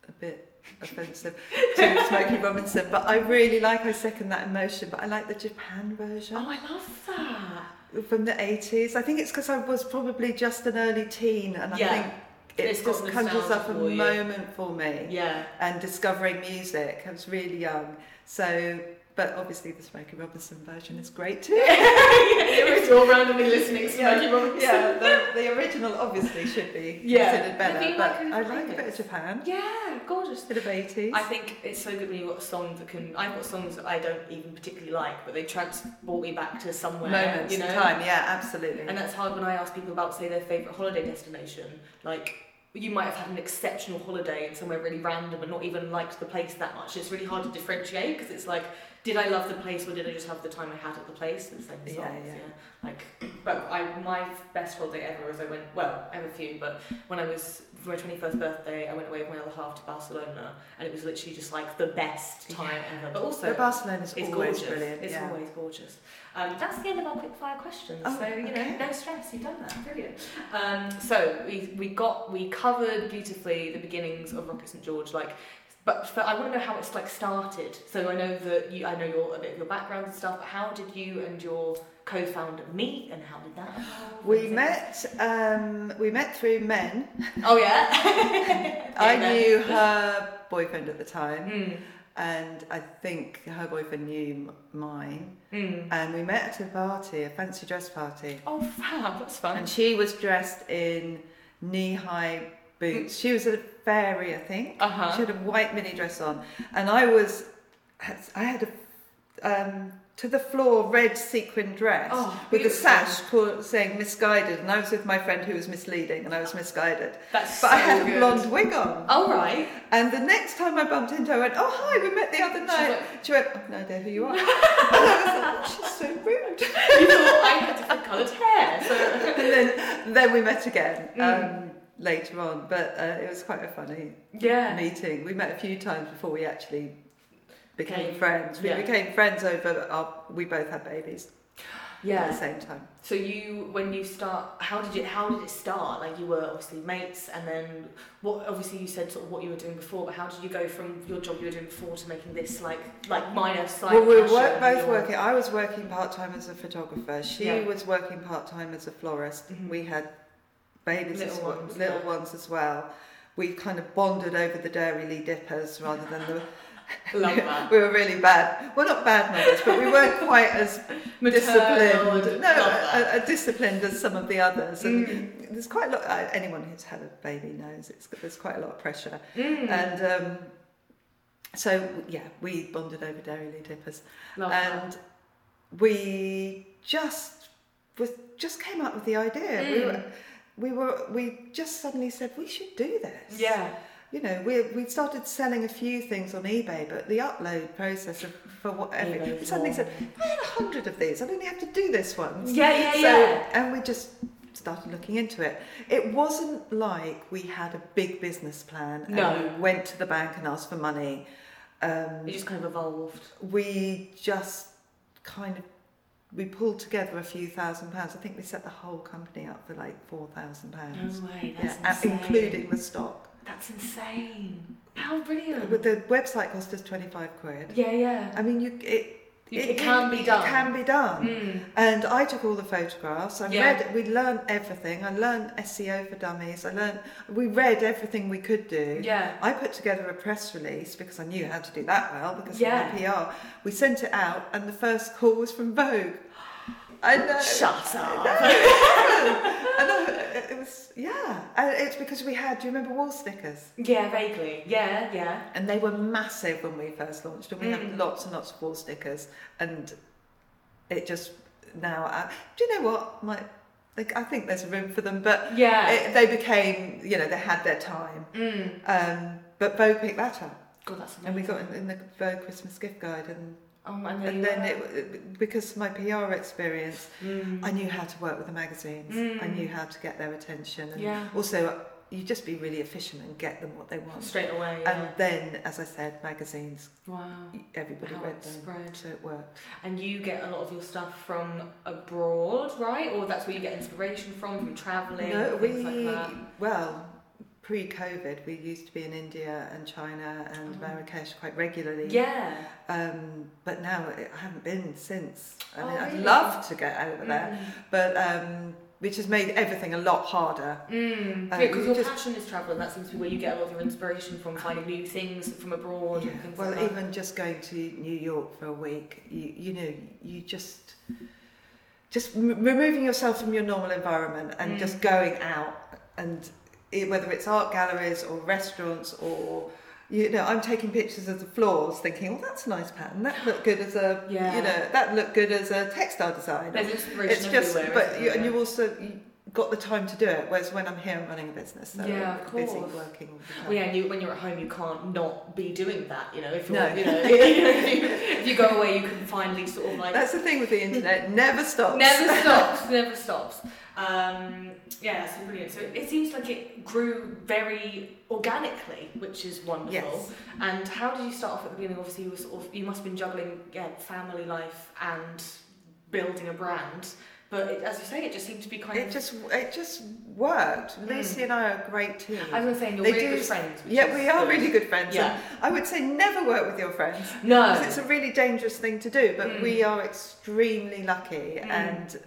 Speaker 2: a bit offensive to Smokey Robinson, but I really like, I second that emotion, but I like the Japan version
Speaker 1: oh, I love that.
Speaker 2: from the 80s. I think it's because I was probably just an early teen and
Speaker 1: Yeah.
Speaker 2: I think it
Speaker 1: It's got
Speaker 2: just conjures
Speaker 1: nostalgia
Speaker 2: up a
Speaker 1: for you.
Speaker 2: moment for me.
Speaker 1: [laughs] Yeah.
Speaker 2: and discovering music. I was really young, so But obviously, the Smokey Robinson version is great
Speaker 1: [laughs]
Speaker 2: too. [laughs]
Speaker 1: if you're randomly listening to
Speaker 2: Yeah.
Speaker 1: Smokey Robinson. [laughs]
Speaker 2: yeah, the, the original obviously should be
Speaker 1: Yeah. But
Speaker 2: considered better.
Speaker 1: being
Speaker 2: But
Speaker 1: like a
Speaker 2: I like a
Speaker 1: remix.
Speaker 2: bit of Japan,
Speaker 1: Yeah, gorgeous.
Speaker 2: a bit of 80s.
Speaker 1: I think it's so good when you've got a song that can. I've got songs that I don't even particularly like, but they transport me back to somewhere.
Speaker 2: Moments
Speaker 1: you know?
Speaker 2: in time, yeah, absolutely.
Speaker 1: And that's hard when I ask people about, say, their favourite holiday destination. Like, you might have had an exceptional holiday in somewhere really random and not even liked the place that much. It's really hard to differentiate because it's like, did I love the place or did I just have the time I had at the place? It's like the
Speaker 2: Yeah,
Speaker 1: songs,
Speaker 2: yeah.
Speaker 1: yeah. Like, but I my best holiday ever was I went. Well, I have a few, but when I was for my twenty first birthday, I went away with my other half to Barcelona, and it was literally just like the best time
Speaker 2: Yeah.
Speaker 1: ever. But also,
Speaker 2: the Barcelona's
Speaker 1: it's
Speaker 2: always
Speaker 1: gorgeous.
Speaker 2: brilliant.
Speaker 1: It's
Speaker 2: yeah.
Speaker 1: always gorgeous. Um, that's the end of our quickfire questions.
Speaker 2: Oh,
Speaker 1: so you
Speaker 2: okay.
Speaker 1: know, no stress. You've done that. Brilliant. Um, so we we got we covered beautifully the beginnings of Rocket St George, like. But for, I want to know how it's like started. So I know that you, I know your a bit of your background and stuff. But how did you and your co-founder meet, and how did
Speaker 2: [gasps]
Speaker 1: that? evolve?
Speaker 2: We
Speaker 1: And-
Speaker 2: met. Um, we met through men.
Speaker 1: Oh [laughs] yeah.
Speaker 2: I
Speaker 1: Yeah.
Speaker 2: knew her boyfriend at the time,
Speaker 1: Mm,
Speaker 2: and I think her boyfriend knew m- mine.
Speaker 1: mm.
Speaker 2: And we met at a party, a fancy dress party,
Speaker 1: Oh fab, that's fun.
Speaker 2: and she was dressed in knee-high boots. She was a fairy, I think.
Speaker 1: Uh huh.
Speaker 2: She had a white mini dress on, and I was, I had a um, to the floor red sequin dress
Speaker 1: Oh,
Speaker 2: with a
Speaker 1: beautiful.
Speaker 2: sash called, saying misguided, and I was with my friend who was misleading, and I was misguided.
Speaker 1: That's
Speaker 2: But I
Speaker 1: so
Speaker 2: had
Speaker 1: good.
Speaker 2: a blonde wig on,
Speaker 1: All
Speaker 2: [laughs]
Speaker 1: right.
Speaker 2: and the next time I bumped into her, I went, "Oh hi, we met the other
Speaker 1: She's
Speaker 2: night."
Speaker 1: like-
Speaker 2: She went, "I've no idea who
Speaker 1: [laughs]
Speaker 2: you are," and I was like, "She's so rude." [laughs]
Speaker 1: you thought I had different coloured hair. So
Speaker 2: And then then we met again.
Speaker 1: Mm.
Speaker 2: Um, Later on, but uh, it was quite a funny
Speaker 1: yeah.
Speaker 2: meeting. We met a few times before we actually became
Speaker 1: Became-
Speaker 2: friends. We
Speaker 1: yeah.
Speaker 2: became friends over our, we both had babies at the
Speaker 1: Yeah.
Speaker 2: same time.
Speaker 1: So you, when you start, how did you, how did it start? Like you were obviously mates, and then what? Obviously, you said sort of what you were doing before, but how did you go from your job you were doing before to making this like like minor side?
Speaker 2: well, we were
Speaker 1: passion
Speaker 2: work, both
Speaker 1: your- [laughs]
Speaker 2: working. I was working part time as a photographer. She
Speaker 1: Yeah.
Speaker 2: was working part time as a florist.
Speaker 1: Mhm.
Speaker 2: [laughs] We had babies,
Speaker 1: Little
Speaker 2: as well,
Speaker 1: ones,
Speaker 2: little
Speaker 1: yeah.
Speaker 2: ones as well. We kind of bonded over the Dairy Lee dippers rather than the.
Speaker 1: Love that.
Speaker 2: [laughs] we were really bad. Well, not bad mothers, but we weren't
Speaker 1: [laughs]
Speaker 2: quite as
Speaker 1: Maternal
Speaker 2: disciplined.
Speaker 1: and-
Speaker 2: No,
Speaker 1: love that.
Speaker 2: uh, uh, disciplined as some of the others. And
Speaker 1: Mm.
Speaker 2: there's quite a lot. Uh, anyone who's had a baby knows it's, there's quite a lot of pressure.
Speaker 1: Mm,
Speaker 2: And um, so yeah, we bonded over Dairy Lee dippers,
Speaker 1: love that.
Speaker 2: and we just was just came up with the idea.
Speaker 1: Mm.
Speaker 2: We were. We were we just suddenly said we should do this.
Speaker 1: Yeah.
Speaker 2: You know, we we started selling a few things on eBay, but the upload process of, for whatever
Speaker 1: eBay
Speaker 2: we suddenly
Speaker 1: for-
Speaker 2: said, I had a hundred of these, I only have to do this once.
Speaker 1: Yeah, yeah,
Speaker 2: So,
Speaker 1: yeah.
Speaker 2: and we just started looking into it. It wasn't like we had a big business plan and
Speaker 1: No.
Speaker 2: we went to the bank and asked for money. Um,
Speaker 1: It just kind of evolved.
Speaker 2: we just kind of we pulled together a few thousand pounds. I think we set the whole company up for like four thousand pounds,
Speaker 1: way.
Speaker 2: yeah, a- including the stock.
Speaker 1: That's insane. How brilliant.
Speaker 2: [clears throat] But the website cost us twenty five quid.
Speaker 1: yeah, yeah.
Speaker 2: I mean, you it.
Speaker 1: It, it can be done.
Speaker 2: It can be done.
Speaker 1: Mm.
Speaker 2: And I took all the photographs. I
Speaker 1: Yeah.
Speaker 2: read. We learned everything. I learned SEO for dummies. I learned. We read everything we could do.
Speaker 1: Mm, Yeah.
Speaker 2: I put together a press release because I knew how to do that well because of my PR. We sent it out, and the first call was from Vogue. I know. [laughs]
Speaker 1: Shut
Speaker 2: I
Speaker 1: up.
Speaker 2: know. I know. It was yeah. And it's because we had. Do you remember wall stickers?
Speaker 1: Yeah, vaguely. Yeah, yeah.
Speaker 2: And they were massive when we first launched, and we
Speaker 1: Mm.
Speaker 2: had lots and lots of wall stickers. And it just now, I, do you know what? My, like, I think there's room for them, but
Speaker 1: Yeah.
Speaker 2: it, they became, you know, they had their time.
Speaker 1: mm.
Speaker 2: Um, but Vogue picked that up,
Speaker 1: God, that's amazing.
Speaker 2: and we got in, in the Vogue Christmas gift guide, and
Speaker 1: Oh, and then,
Speaker 2: and
Speaker 1: you
Speaker 2: then
Speaker 1: were-
Speaker 2: it, it because my PR experience,
Speaker 1: Mm.
Speaker 2: I knew how to work with the magazines. I
Speaker 1: Mm.
Speaker 2: knew how to get their attention, and
Speaker 1: Yeah.
Speaker 2: also you just be really efficient and get them what they want.
Speaker 1: Straight away.
Speaker 2: And
Speaker 1: yeah.
Speaker 2: then, as I said, magazines,
Speaker 1: wow.
Speaker 2: everybody
Speaker 1: How
Speaker 2: read
Speaker 1: it
Speaker 2: them.
Speaker 1: spread.
Speaker 2: So it worked.
Speaker 1: And you get a lot of your stuff from abroad, right? Or that's where you get inspiration from, from travelling,
Speaker 2: No, we,
Speaker 1: things like that.
Speaker 2: well, pre COVID, we used to be in India and China and
Speaker 1: Oh.
Speaker 2: Marrakesh quite regularly.
Speaker 1: Yeah.
Speaker 2: Um, but now it, I haven't been since. I
Speaker 1: Oh,
Speaker 2: mean, I'd
Speaker 1: really?
Speaker 2: love to get over there.
Speaker 1: Mm.
Speaker 2: But um, which has made everything a lot harder.
Speaker 1: Mm.
Speaker 2: Um,
Speaker 1: yeah, because your
Speaker 2: just-
Speaker 1: passion is travel, and that seems to be where you get a lot of your inspiration from, finding new things from abroad and things
Speaker 2: Well,
Speaker 1: like that.
Speaker 2: even just going to New York for a week, you, you know, you just just m- removing yourself from your normal environment and
Speaker 1: Mm.
Speaker 2: just going out and it, whether it's art galleries or restaurants or you know, I'm taking pictures of the floors, thinking, "Oh, that's a nice pattern. That looked good as a,
Speaker 1: Yeah.
Speaker 2: you know, that looked good as a textile design."
Speaker 1: There's inspiration
Speaker 2: It's just,
Speaker 1: everywhere.
Speaker 2: but
Speaker 1: isn't
Speaker 2: you,
Speaker 1: there? [laughs]
Speaker 2: and you also you got the time to do it. Whereas when I'm here, I'm running a business, so
Speaker 1: Yeah,
Speaker 2: I'm
Speaker 1: of
Speaker 2: busy
Speaker 1: course.
Speaker 2: working. All the time.
Speaker 1: Well, yeah, and you, when you're at home, you can't not be doing that. You know, if you're,
Speaker 2: No.
Speaker 1: you know, [laughs]
Speaker 2: [laughs]
Speaker 1: if you, if you go away, you can finally sort of like
Speaker 2: That's the thing with the internet; it never stops.
Speaker 1: never
Speaker 2: [laughs]
Speaker 1: stops, never stops. Um, yeah, that's brilliant. So it seems like it grew very organically, which is wonderful.
Speaker 2: Yes.
Speaker 1: And how did you start off at the beginning? Obviously, you were sort of you must have been juggling yeah, family life and building a brand. But it, as you say, it just seemed to be kind
Speaker 2: It
Speaker 1: of.
Speaker 2: just it just worked.
Speaker 1: Mm.
Speaker 2: Lucy and I are a great team.
Speaker 1: I was going to say, and you're
Speaker 2: they
Speaker 1: really
Speaker 2: do-
Speaker 1: good friends. which
Speaker 2: yeah,
Speaker 1: is
Speaker 2: we are
Speaker 1: good.
Speaker 2: really good friends.
Speaker 1: Yeah.
Speaker 2: And I would say never work with your friends
Speaker 1: No.
Speaker 2: because it's a really dangerous thing to do. But we
Speaker 1: Mm.
Speaker 2: are extremely lucky,
Speaker 1: Mm.
Speaker 2: and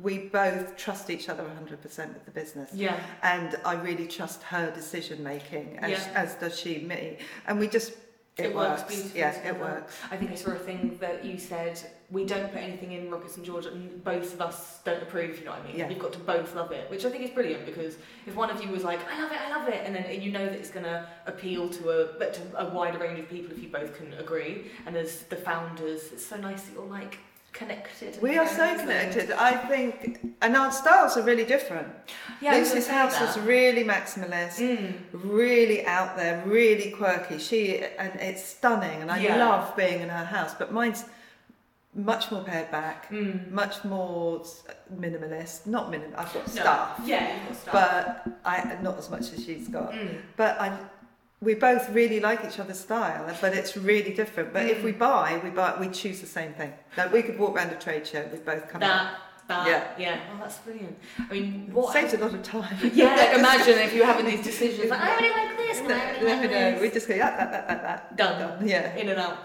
Speaker 2: we both trust each other 100% with the business.
Speaker 1: Yeah.
Speaker 2: And I really trust her decision making, as,
Speaker 1: Yeah.
Speaker 2: as does she me. And we just it,
Speaker 1: It works
Speaker 2: works.
Speaker 1: beautifully
Speaker 2: Yeah, it
Speaker 1: together.
Speaker 2: works.
Speaker 1: I think I saw a thing that you said we don't put anything in Rockets and George, and both of us don't approve. You know what I mean?
Speaker 2: Yeah.
Speaker 1: You've got to both love it, which I think is brilliant because if one of you was like, "I love it, I love it," and then you know that it's going to appeal to a but to a wider range of people if you both can agree. And as the founders, it's so nice that you're like connected. and
Speaker 2: We are so
Speaker 1: friends and-
Speaker 2: connected. I think, and our styles are really different.
Speaker 1: Yeah, I was gonna
Speaker 2: Lucy's
Speaker 1: say
Speaker 2: house was
Speaker 1: that.
Speaker 2: really maximalist.
Speaker 1: Mm.
Speaker 2: really out there, really quirky. She and it's stunning, and I
Speaker 1: Yeah.
Speaker 2: love being in her house. But mine's much more pared back,
Speaker 1: Mm.
Speaker 2: much more s- minimalist. Not minimal. I've got
Speaker 1: No.
Speaker 2: stuff,
Speaker 1: Yeah, you've got stuff.
Speaker 2: but I not as much as she's got.
Speaker 1: Mm.
Speaker 2: But I. We both really like each other's style, but it's really different. But
Speaker 1: Mm.
Speaker 2: if we buy, we buy, we choose the same thing. Like we could walk round a trade show, we both come out.
Speaker 1: that, that, yeah,
Speaker 2: Yeah.
Speaker 1: yeah. Oh, that's brilliant. I mean, what?
Speaker 2: Saves a lot of time.
Speaker 1: Yeah,
Speaker 2: [laughs]
Speaker 1: like imagine if you're having these decisions. Like, I really like this, and I really
Speaker 2: No,
Speaker 1: like
Speaker 2: no,
Speaker 1: this.
Speaker 2: we just go yeah, that, that, that, that.
Speaker 1: Done.
Speaker 2: Done. Yeah.
Speaker 1: In and out.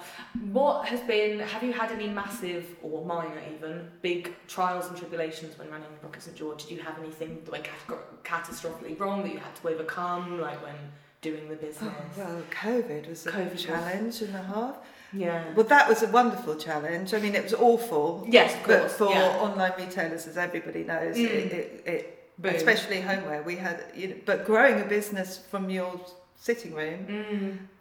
Speaker 1: What has been? Have you had any massive or minor even big trials and tribulations when running Rocket St George? Did you have anything that went categ- catastrophically wrong that you had to overcome, like when doing the
Speaker 2: Oh,
Speaker 1: business?
Speaker 2: [laughs] well, COVID was a
Speaker 1: COVID was-
Speaker 2: challenge and a half.
Speaker 1: yeah.
Speaker 2: Well, that was a wonderful challenge. I mean, it was awful.
Speaker 1: Yes, of
Speaker 2: But
Speaker 1: course.
Speaker 2: for
Speaker 1: yeah.
Speaker 2: online retailers, as everybody knows,
Speaker 1: Mm.
Speaker 2: it, it, it
Speaker 1: Boom.
Speaker 2: especially homeware, we had, you know, but growing a business from your sitting room,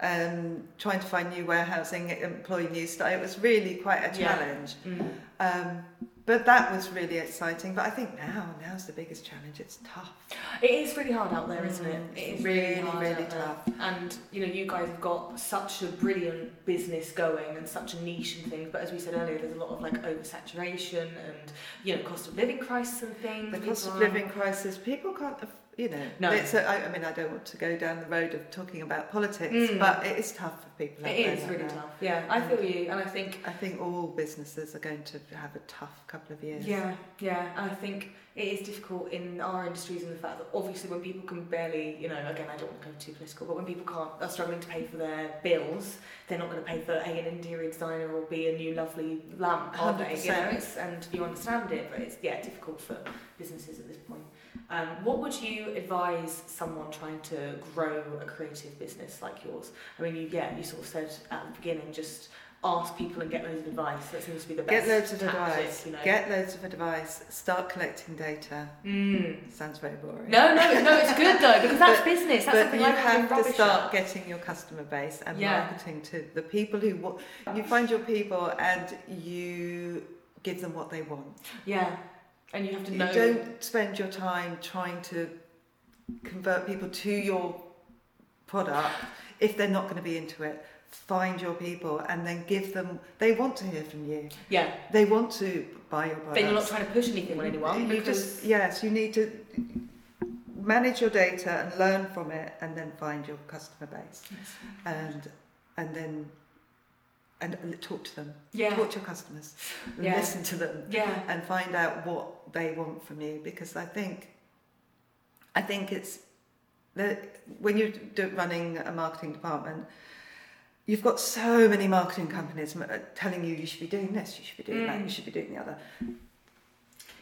Speaker 1: Mm.
Speaker 2: um, trying to find new warehousing, employ new staff, it was really quite a
Speaker 1: Yeah.
Speaker 2: challenge.
Speaker 1: Mm.
Speaker 2: Um, but that was really exciting. But I think now, now's the biggest challenge. It's tough.
Speaker 1: It is really hard out there, isn't it?
Speaker 2: Mm,
Speaker 1: It
Speaker 2: it's
Speaker 1: is
Speaker 2: really,
Speaker 1: hard
Speaker 2: really
Speaker 1: out there.
Speaker 2: tough.
Speaker 1: And you know, you guys have got such a brilliant business going and such a niche and things. But as we said earlier, there's a lot of like oversaturation and you know cost of living crisis and things.
Speaker 2: The
Speaker 1: People
Speaker 2: cost of
Speaker 1: are-
Speaker 2: living crisis, people can't, aff- you know.
Speaker 1: No.
Speaker 2: It's a, I, I mean, I don't want to go down the road of talking about politics,
Speaker 1: Mm.
Speaker 2: but it is Mm. tough for people. out
Speaker 1: It
Speaker 2: there
Speaker 1: is
Speaker 2: right
Speaker 1: really
Speaker 2: now.
Speaker 1: tough. Yeah, I feel you, and I think
Speaker 2: I think all businesses are going to have a tough couple of years.
Speaker 1: Yeah, yeah. And I think it is difficult in our industries in the fact that obviously when people can barely, you know, again, I don't want to go too political, but when people can't are struggling to pay for their bills, they're not going to pay for a an interior designer or be a new lovely lamp, are they? You know,
Speaker 2: 100%.
Speaker 1: it's, and you understand it, but it's yeah difficult for businesses at this point. Um, what would you advise someone trying to grow a creative business like yours? I mean, you, yeah, you sort of said at the beginning just. Ask people and get loads of advice. That seems to be the best.
Speaker 2: Get loads of
Speaker 1: tactic,
Speaker 2: advice.
Speaker 1: You know?
Speaker 2: Get loads of advice. Start collecting data.
Speaker 1: Mm.
Speaker 2: Sounds very boring.
Speaker 1: No, no, no, it's good though because that's business. That's
Speaker 2: but
Speaker 1: something
Speaker 2: you
Speaker 1: I've
Speaker 2: have
Speaker 1: been
Speaker 2: to
Speaker 1: rubbish
Speaker 2: start
Speaker 1: at.
Speaker 2: getting your customer base and
Speaker 1: Yeah.
Speaker 2: marketing to the people who wa- you find your people and you give them what they want.
Speaker 1: Yeah, and you have to
Speaker 2: You
Speaker 1: know.
Speaker 2: don't spend your time trying to convert people to your product if they're not going to be into it. Find your people and then give them. They want to hear from you.
Speaker 1: yeah,
Speaker 2: They want to buy your product.
Speaker 1: then you're not trying to push anything on anyone
Speaker 2: You
Speaker 1: because
Speaker 2: just yes, you need to manage your data and learn from it, and then find your customer base, and and then and talk to them.
Speaker 1: yeah,
Speaker 2: Talk to your customers.
Speaker 1: Yeah.
Speaker 2: Listen to them
Speaker 1: yeah,
Speaker 2: and find out what they want from you because I think I think it's the when you're do, running a marketing department you've got so many uh, marketing companies m- telling you you should be doing this you should be doing that
Speaker 1: Mm.
Speaker 2: you should be doing the other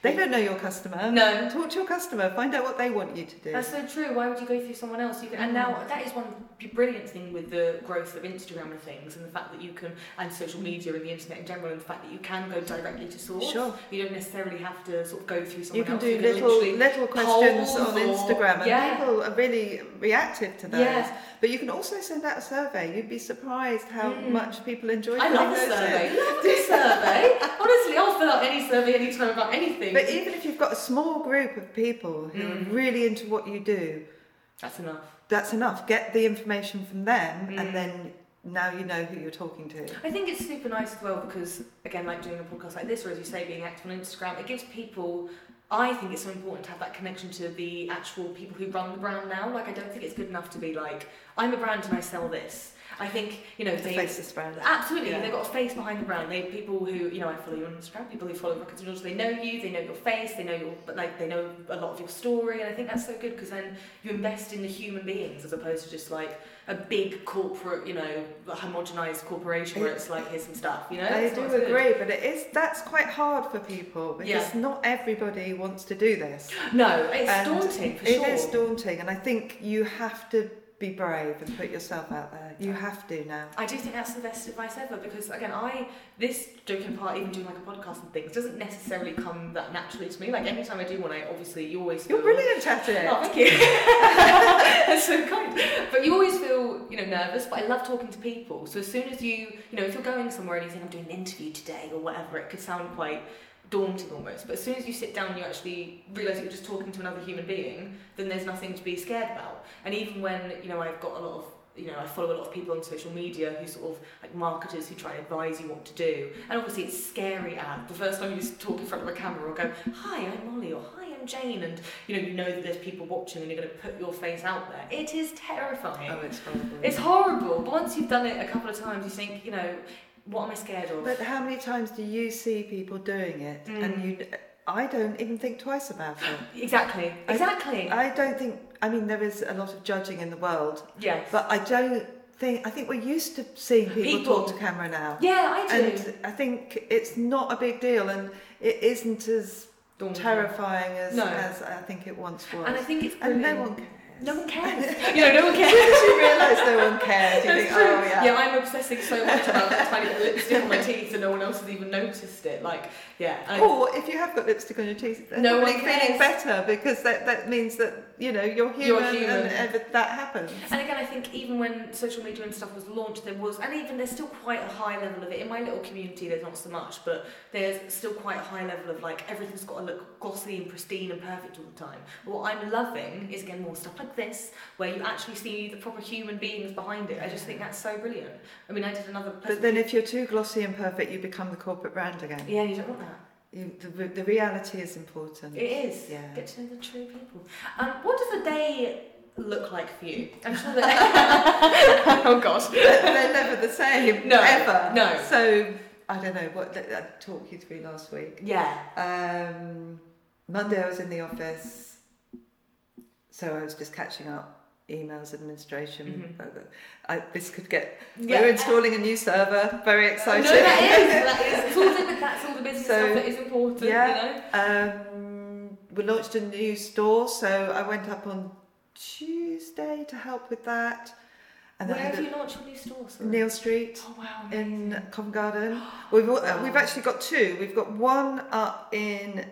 Speaker 2: They don't know your customer.
Speaker 1: No.
Speaker 2: Talk to your customer. Find out what they want you to do.
Speaker 1: That's so true. Why would you go through someone else? You can, and now that is one b- brilliant thing with the growth of Instagram and things, and the fact that you can, and social media and the internet in general, and the fact that you can go directly to source.
Speaker 2: Sure.
Speaker 1: You don't necessarily have to sort of go through someone
Speaker 2: You can
Speaker 1: else.
Speaker 2: do little
Speaker 1: literally-
Speaker 2: little questions
Speaker 1: polls
Speaker 2: on
Speaker 1: or-
Speaker 2: Instagram, and
Speaker 1: yeah.
Speaker 2: people are really reactive to those.
Speaker 1: Yeah.
Speaker 2: But you can also send out a survey. You'd be surprised how
Speaker 1: Mm.
Speaker 2: much people enjoy
Speaker 1: I
Speaker 2: filling
Speaker 1: love a
Speaker 2: those in.
Speaker 1: survey. Love a survey. Honestly, I'll fill out any survey anytime about anything.
Speaker 2: But even if you've got a small group of people who
Speaker 1: Mm.
Speaker 2: are really into what you do,
Speaker 1: That's enough.
Speaker 2: that's enough. Get the information from them,
Speaker 1: Mm.
Speaker 2: and then now you know who you're talking to.
Speaker 1: I think it's super nice as well because, again, like doing a podcast like this, or as you say, being active on Instagram, it gives people. I think it's so important to have that connection to the actual people who run the brand now. Like, I don't think it's good enough to be like, I'm a brand and I sell this. I Ah, think you know
Speaker 2: The
Speaker 1: they
Speaker 2: face is brand.
Speaker 1: Absolutely,
Speaker 2: Yeah.
Speaker 1: they've got a face behind the brand. They people who you know I follow you on Instagram. People who follow Records and Daughters, they know you, they know your face, they know your but like they know a lot of your story, and I think that's so good because then you invest in the human beings as opposed to just like a big corporate, you know, homogenized corporation where it's like here's some stuff, you know.
Speaker 2: I
Speaker 1: That's
Speaker 2: do
Speaker 1: what's good.
Speaker 2: agree, but it is that's quite hard for people because not everybody wants to do this.
Speaker 1: No, it's
Speaker 2: And
Speaker 1: daunting for
Speaker 2: It
Speaker 1: sure.
Speaker 2: is daunting, and I think you have to be brave and put yourself out there. You have to now.
Speaker 1: I do think that's the best advice ever because again, I this joking part, even doing like a podcast and things, doesn't necessarily come that naturally to me. Like anytime I do one, I obviously you always
Speaker 2: You're
Speaker 1: feel-
Speaker 2: brilliant at it.
Speaker 1: Oh, thank you. That's so kind. But you always feel, you know, nervous. But I love talking to people. So as soon as you, you know, if you're going somewhere and you think I'm doing an interview today or whatever, it could sound quite daunting almost. But as soon as you sit down, and you actually realise that you're just talking to another human being. Then there's nothing to be scared about. And even when, you know, I've got a lot of you know, I follow a lot of people on social media who sort of like marketers who try and advise you what to do. And obviously, it's scary ad. The first time you just talk in front of a camera or go, "Hi, I'm Molly," or "Hi, I'm Jane," and you know, you know that there's people watching, and you're going to put your face out there. It is terrifying.
Speaker 2: Oh, it's horrible.
Speaker 1: It's horrible. But once you've done it a couple of times, you think, you know, what am I scared of?
Speaker 2: But how many times do you see people doing it,
Speaker 1: Mm.
Speaker 2: and you? I don't even think twice about it.
Speaker 1: exactly.
Speaker 2: I-
Speaker 1: Exactly.
Speaker 2: I don't think. I mean, there is a lot of judging in the world,
Speaker 1: yes.
Speaker 2: but I don't think. I think we're used to seeing people,
Speaker 1: People.
Speaker 2: talk to camera now,
Speaker 1: yeah, I do.
Speaker 2: and I think it's not a big deal, and it isn't as
Speaker 1: Daunting.
Speaker 2: terrifying as,
Speaker 1: No.
Speaker 2: as I think it once was.
Speaker 1: And I think it's
Speaker 2: And no
Speaker 1: brilliant.
Speaker 2: one cares.
Speaker 1: No one
Speaker 2: [laughs]
Speaker 1: cares. you know, no one cares.
Speaker 2: As you realise no one cares, you
Speaker 1: That's
Speaker 2: think,
Speaker 1: true.
Speaker 2: oh yeah.
Speaker 1: I'm obsessing so much about that tiny little lipstick on my teeth and no one else has even noticed it. Like, yeah. I-
Speaker 2: Or if you have got lipstick on your teeth, they're
Speaker 1: No
Speaker 2: probably
Speaker 1: one
Speaker 2: feeling
Speaker 1: cares.
Speaker 2: better because that, that means that you know you're human,
Speaker 1: You're human.
Speaker 2: and ever, that happens.
Speaker 1: And again, I think even when social media and stuff was launched, there was, and even there's still quite a high level of it. In my little community, there's not so much, but there's still quite a high level of like everything's got to look glossy and pristine and perfect all the time. But what I'm loving is again more stuff like this, where you actually see the proper human beings behind it. I just think that's so brilliant. I mean, I did another.
Speaker 2: But then if you're too glossy and perfect, you become the corporate brand again.
Speaker 1: yeah, you don't want that.
Speaker 2: You, the, the reality is important. [laughs]
Speaker 1: It is. [laughs]
Speaker 2: Yeah.
Speaker 1: Get to know the true people. Um, what does a day look like for you? I'm sure
Speaker 2: [laughs]
Speaker 1: that. oh [laughs] gosh.
Speaker 2: But they're never the same.
Speaker 1: No,
Speaker 2: ever.
Speaker 1: no.
Speaker 2: So I don't know what that I talked you through last week.
Speaker 1: Yeah.
Speaker 2: Um, Monday I was in the office, so I was just catching up emails, administration. I, this could get.
Speaker 1: Mm-hmm. Yeah.
Speaker 2: We're installing a new server. Very exciting.
Speaker 1: No, that
Speaker 2: [laughs]
Speaker 1: is. That is. It's all the, that's all the business
Speaker 2: So,
Speaker 1: stuff that is important.
Speaker 2: yeah.
Speaker 1: You know.
Speaker 2: um, we launched a new store, so I went up on Tuesday to help with that, and
Speaker 1: Where
Speaker 2: then I
Speaker 1: have
Speaker 2: had
Speaker 1: you launched your new store?
Speaker 2: a,
Speaker 1: sorry?
Speaker 2: Neil Street.
Speaker 1: Oh wow.
Speaker 2: in Covent Garden. We've al- uh, we've actually got two. We've got one up in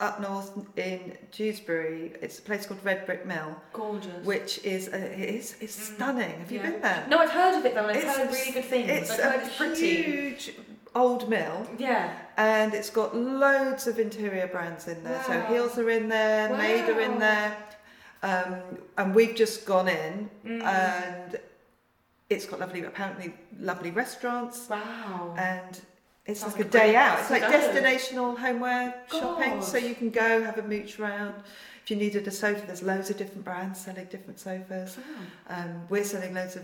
Speaker 2: up north in Dewsbury. It's a place called Red Brick Mill,
Speaker 1: Gorgeous.
Speaker 2: which is a, it is it's
Speaker 1: Mm.
Speaker 2: stunning. Have you
Speaker 1: Yeah.
Speaker 2: been there?
Speaker 1: No, I've heard of it though, and I've
Speaker 2: It's-
Speaker 1: heard really good things.
Speaker 2: It's
Speaker 1: I've heard
Speaker 2: a
Speaker 1: it's pretty.
Speaker 2: huge old mill,
Speaker 1: Yeah.
Speaker 2: and it's got loads of interior brands in there. So
Speaker 1: Wow.
Speaker 2: Heels are in there, Maid are
Speaker 1: Wow.
Speaker 2: in there, um, and we've just gone in
Speaker 1: Mm.
Speaker 2: and. It's got lovely, apparently lovely restaurants
Speaker 1: wow.
Speaker 2: and it's
Speaker 1: Sounds
Speaker 2: like a
Speaker 1: like a great
Speaker 2: day out. It's
Speaker 1: place
Speaker 2: like
Speaker 1: to go.
Speaker 2: destinational homeware shopping, so
Speaker 1: God.
Speaker 2: you can go have a mooch round. If you needed a sofa, there's loads of different brands selling different sofas. Um, we're selling loads of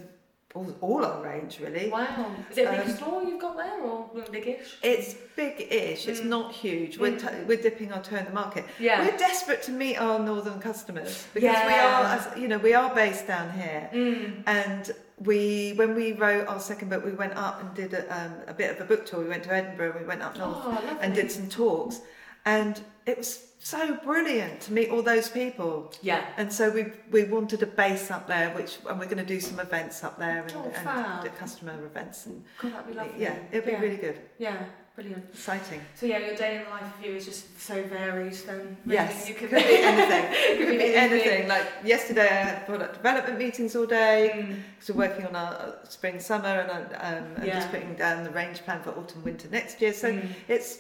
Speaker 2: all, all our range really.
Speaker 1: wow. Is it a big
Speaker 2: Um,
Speaker 1: store you've got there, or big-ish?
Speaker 2: It's big-ish. It's
Speaker 1: Mm.
Speaker 2: not huge. We're
Speaker 1: Mm.
Speaker 2: t- we're dipping our toe in the market.
Speaker 1: Yeah.
Speaker 2: We're desperate to meet our northern customers because we
Speaker 1: Yeah.
Speaker 2: are, as, you know, we are based down here.
Speaker 1: Mm.
Speaker 2: And we, when we wrote our second book, we went up and did a, um, a bit of a book tour. We went to Edinburgh, we went up north
Speaker 1: Oh, lovely.
Speaker 2: and did some talks. And it was so brilliant to meet all those people.
Speaker 1: Yeah.
Speaker 2: And so we we wanted a base up there, which and we're going to do some events up there and,
Speaker 1: Oh,
Speaker 2: and
Speaker 1: fab.
Speaker 2: do customer events and
Speaker 1: God, that'd be lovely.
Speaker 2: yeah, it'll be
Speaker 1: yeah.
Speaker 2: really good,
Speaker 1: Yeah, brilliant.
Speaker 2: exciting.
Speaker 1: So yeah, your day in the life of you is just so varied. Then really
Speaker 2: Yes,
Speaker 1: you
Speaker 2: [laughs] could
Speaker 1: could
Speaker 2: be
Speaker 1: [laughs]
Speaker 2: anything.
Speaker 1: It
Speaker 2: Could be anything. Like yesterday, I had product development meetings all day
Speaker 1: Mm.
Speaker 2: because we're working on our uh, spring summer and, uh, um, and just
Speaker 1: Yeah.
Speaker 2: putting down the range plan for autumn winter next year. So
Speaker 1: Mm.
Speaker 2: it's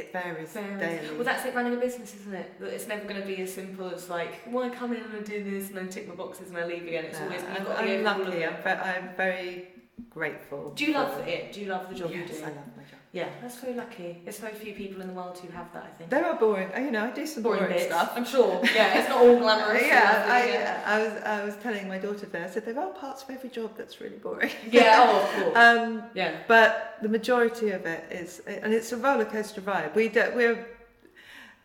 Speaker 2: it varies,
Speaker 1: Varies.
Speaker 2: daily.
Speaker 1: Well, that's it running a business, isn't it? That It's never going to be as simple as like, well, I come in and I do this and I tick my boxes and I leave again. It's
Speaker 2: Yeah,
Speaker 1: always you've
Speaker 2: I'm,
Speaker 1: got the
Speaker 2: I'm
Speaker 1: overall
Speaker 2: lucky.
Speaker 1: of
Speaker 2: I'm,
Speaker 1: it.
Speaker 2: ve- I'm very grateful.
Speaker 1: Do you
Speaker 2: for-
Speaker 1: love it? Do you love the job
Speaker 2: yes,
Speaker 1: you do?
Speaker 2: I love my job.
Speaker 1: Yeah, that's so lucky. There's so few people in the world who have that. I think.
Speaker 2: There are boring. You know, I do some boring,
Speaker 1: bits.
Speaker 2: stuff.
Speaker 1: I'm sure. Yeah, it's not all
Speaker 2: [laughs]
Speaker 1: glamorous. and
Speaker 2: yeah,
Speaker 1: lovely,
Speaker 2: I, I was I was telling my daughter there. I said there are parts of every job that's really boring. [laughs]
Speaker 1: yeah. Oh, of course.
Speaker 2: Um,
Speaker 1: yeah.
Speaker 2: but the majority of it is, and it's a roller coaster ride. We don't we're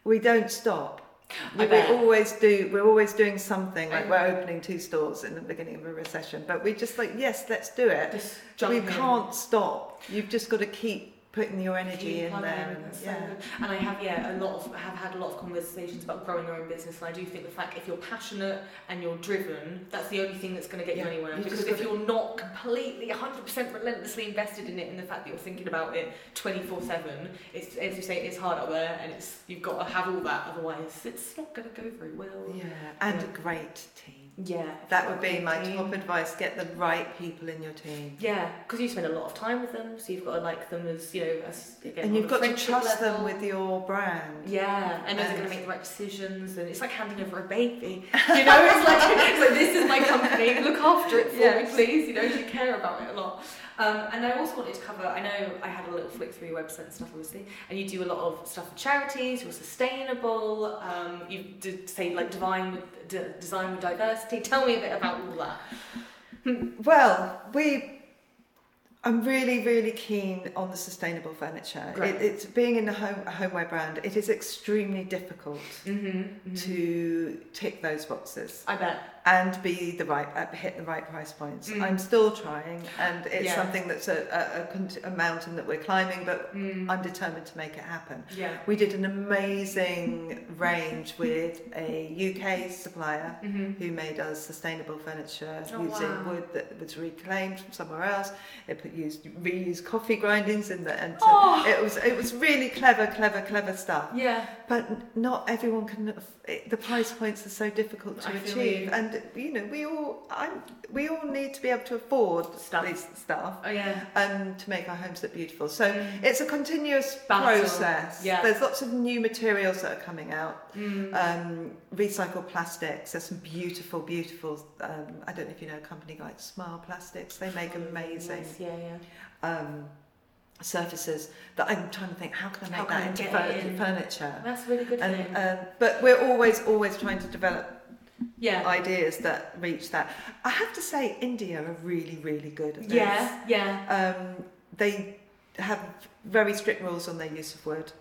Speaker 2: we don't stop.
Speaker 1: I
Speaker 2: We, we
Speaker 1: bet. Mm.
Speaker 2: always do. We're always doing something. Like
Speaker 1: I
Speaker 2: we're opening two stores in the beginning of a recession, but we just like yes, let's do it.
Speaker 1: Just jump
Speaker 2: we
Speaker 1: in.
Speaker 2: can't stop. You've just got to keep putting your energy
Speaker 1: Keep
Speaker 2: in
Speaker 1: plugging
Speaker 2: there.
Speaker 1: in,
Speaker 2: and-
Speaker 1: that's so
Speaker 2: yeah.
Speaker 1: good. And I have, yeah, a lot of, I have had a lot of conversations about growing your own business. And I do think the fact if you're passionate and you're driven, that's the only thing that's going to get
Speaker 2: Yeah,
Speaker 1: you anywhere.
Speaker 2: you
Speaker 1: because
Speaker 2: just
Speaker 1: if
Speaker 2: gotta-
Speaker 1: you're not completely 100% relentlessly invested in it and the fact that you're thinking about it 24 7, it's, as you say, it's hard up there and it's, you've got to have all that. Otherwise, it's not going to go very well.
Speaker 2: Yeah, and a
Speaker 1: Yeah.
Speaker 2: great team.
Speaker 1: Yeah.
Speaker 2: That would be my
Speaker 1: Team.
Speaker 2: top advice. Get the right people in your team.
Speaker 1: Yeah, because you spend a lot of time with them, so you've got to like them as, you know, as again,
Speaker 2: and
Speaker 1: on
Speaker 2: you've
Speaker 1: a
Speaker 2: got to
Speaker 1: friendship
Speaker 2: trust them
Speaker 1: level.
Speaker 2: with your brand.
Speaker 1: Yeah, I know they're
Speaker 2: And-
Speaker 1: going to make the right decisions, and it's like handing over a [laughs] baby. You know, it's like, it's like this is my company, look after it for
Speaker 2: Yes.
Speaker 1: me, please. You know, you care about it a lot. Um, and I also wanted to cover. I know I had a little flick through your website and stuff, obviously, and you do a lot of stuff for charities. You're sustainable. Um, you did say like divine with, d- design with diversity. Tell me a bit about all that.
Speaker 2: Well, we. I'm really, really keen on the sustainable furniture.
Speaker 1: Great.
Speaker 2: It, it's being in a, home, a homeware brand. It is extremely difficult
Speaker 1: Mm-hmm.
Speaker 2: to tick those boxes
Speaker 1: I bet.
Speaker 2: and be the right uh, hit the right price points.
Speaker 1: Mm.
Speaker 2: I'm still trying, and it's
Speaker 1: Yeah.
Speaker 2: something that's a, a, a, cont- a mountain that we're climbing, but
Speaker 1: Mm.
Speaker 2: I'm determined to make it happen.
Speaker 1: Yeah.
Speaker 2: We did an amazing range with a UK supplier
Speaker 1: Mm-hmm.
Speaker 2: who made us sustainable furniture
Speaker 1: Oh,
Speaker 2: using
Speaker 1: wow.
Speaker 2: wood that was reclaimed from somewhere else. It put, used reused coffee grindings in the and to-
Speaker 1: Oh.
Speaker 2: it was it was really clever, clever, clever stuff.
Speaker 1: Yeah.
Speaker 2: But n- not everyone can. aff- It, the price points are so difficult to
Speaker 1: I feel
Speaker 2: achieve,
Speaker 1: you.
Speaker 2: and you know we all I'm, we all need to be able to afford
Speaker 1: Stuff.
Speaker 2: this stuff
Speaker 1: Oh yeah.
Speaker 2: and to make our homes look beautiful. So.
Speaker 1: Mm.
Speaker 2: It's a continuous
Speaker 1: Battle.
Speaker 2: process.
Speaker 1: Yeah.
Speaker 2: There's lots of new materials that are coming out
Speaker 1: Mm.
Speaker 2: um, recycled plastics. There's some beautiful, beautiful. Um, I don't know if you know a company like Smile Plastics. They make
Speaker 1: Oh,
Speaker 2: amazing
Speaker 1: Nice, Yeah, yeah.
Speaker 2: um, surfaces that I'm trying to think. How can I make
Speaker 1: How
Speaker 2: that
Speaker 1: can I
Speaker 2: into
Speaker 1: get
Speaker 2: fur-
Speaker 1: it in?
Speaker 2: furniture?
Speaker 1: That's really good. for them.
Speaker 2: And, um, but we're always, always trying to develop
Speaker 1: yeah.
Speaker 2: ideas that reach that. I have to say, India are really, really good at this.
Speaker 1: Yeah, yeah.
Speaker 2: Um, they have very strict rules on their use of wood.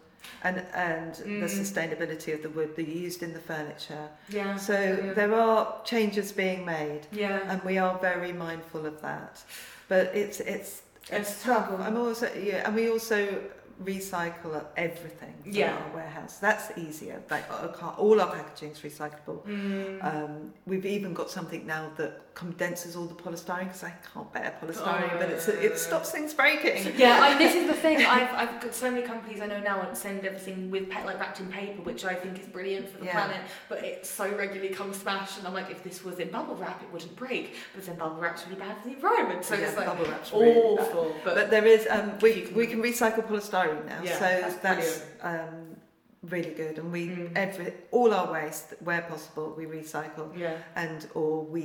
Speaker 2: And, and the
Speaker 1: Mm.
Speaker 2: sustainability of the wood that you used in the furniture.
Speaker 1: Yeah.
Speaker 2: So
Speaker 1: yeah.
Speaker 2: there are changes being made,
Speaker 1: Yeah.
Speaker 2: and we are very mindful of that. But it's it's
Speaker 1: It's
Speaker 2: it's tough.
Speaker 1: struggle.
Speaker 2: I'm also yeah, and we also recycle everything from
Speaker 1: Yeah.
Speaker 2: our warehouse. That's easier. Like our car- all our packaging is recyclable.
Speaker 1: Mm.
Speaker 2: Um, we've even got something now that condenses all the polystyrene because I can't bear polystyrene, but it's,
Speaker 1: Oh.
Speaker 2: it stops things breaking.
Speaker 1: yeah, I, this is the thing. I've, I've got so many companies I know now that send everything with pet like wrapped in paper, which I think is brilliant for the
Speaker 2: Yeah.
Speaker 1: planet. But it so regularly comes smashed, and I'm like, if this was in bubble wrap, it wouldn't break. But then bubble wrap's really bad for the environment, so
Speaker 2: Yeah,
Speaker 1: it's like
Speaker 2: bubble wrap's really bad.
Speaker 1: awful. but,
Speaker 2: But there is um,
Speaker 1: You
Speaker 2: we
Speaker 1: can-
Speaker 2: we can recycle polystyrene now,
Speaker 1: Yeah,
Speaker 2: so
Speaker 1: that's
Speaker 2: that's, um, really good. And we
Speaker 1: Mm.
Speaker 2: every all our waste where possible we recycle,
Speaker 1: yeah,
Speaker 2: and or we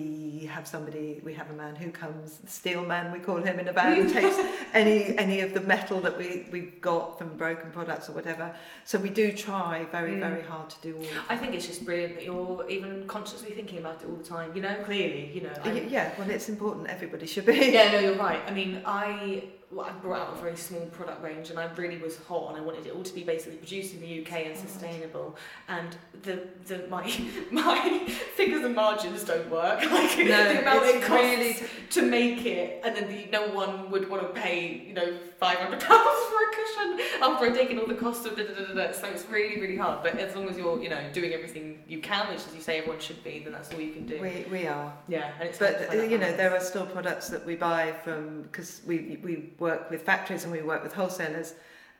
Speaker 2: have somebody we have a man who comes steel man we call
Speaker 1: [laughs]
Speaker 2: him in a van and takes any any of the metal that we we got from broken products or whatever. So we do try very
Speaker 1: Mm.
Speaker 2: very hard to do all. Of
Speaker 1: I think it's just brilliant that you're even consciously thinking about it all the time. You know, clearly, you know. I-
Speaker 2: Y- yeah, well, it's important. Everybody should be. [laughs]
Speaker 1: yeah, no, you're right. I mean, I well, I brought out a very small product range, and I really was hot, and I wanted it all to be
Speaker 2: Mm.
Speaker 1: basically produced in the UK and
Speaker 2: Right.
Speaker 1: sustainable. And the the [laughs] my [laughs] my figures the margins don't work. [laughs] Like the
Speaker 2: no,
Speaker 1: amount it
Speaker 2: [laughs] it's
Speaker 1: costs
Speaker 2: really
Speaker 1: to make it, and then the, no one would want to pay, you know, five hundred [laughs] pounds for a cushion after I've taken all the cost of da da da da. da. So it's really really hard. But as long as you're, you know, doing everything you can, which as you say everyone should be, then that's all you can do.
Speaker 2: we we are.
Speaker 1: yeah, and it's hard to
Speaker 2: But uh,
Speaker 1: find that
Speaker 2: you know
Speaker 1: balance.
Speaker 2: there are still products that we buy from because we we work with factories and we work with wholesalers,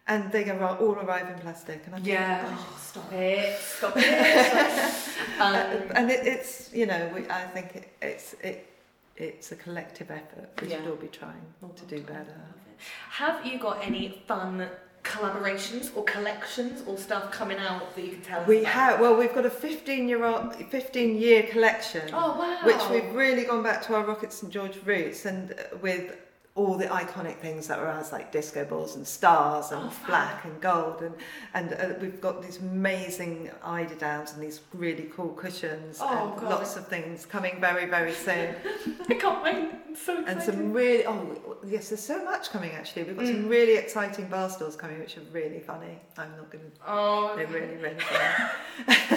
Speaker 2: and they arri- all arrive in plastic. And I think,
Speaker 1: Yeah.
Speaker 2: "Oh,
Speaker 1: Oh, stop it. Stop it.
Speaker 2: [laughs]
Speaker 1: um,
Speaker 2: Uh, and it, it's you know we, I think it, it's it it's a collective effort. We
Speaker 1: Yeah.
Speaker 2: should all be trying to do better.
Speaker 1: Have you got any fun collaborations or collections or stuff coming out that you can tell us
Speaker 2: We
Speaker 1: about?
Speaker 2: have well we've got a fifteen year old fifteen year collection.
Speaker 1: Oh wow.
Speaker 2: which we've really gone back to our Rocket St George roots and uh, with all the iconic things that were ours like disco balls and stars and
Speaker 1: Oh, fab.
Speaker 2: black and gold and and uh, we've got these amazing eiderdowns and these really cool cushions
Speaker 1: Oh,
Speaker 2: and
Speaker 1: God.
Speaker 2: lots of things coming very very soon
Speaker 1: [laughs] I can't wait. I'm so excited.
Speaker 2: and [laughs] some really oh yes there's so much coming actually we've got
Speaker 1: Mm.
Speaker 2: some really exciting bar stools coming which are really funny I'm not gonna
Speaker 1: Oh,
Speaker 2: they're really really funny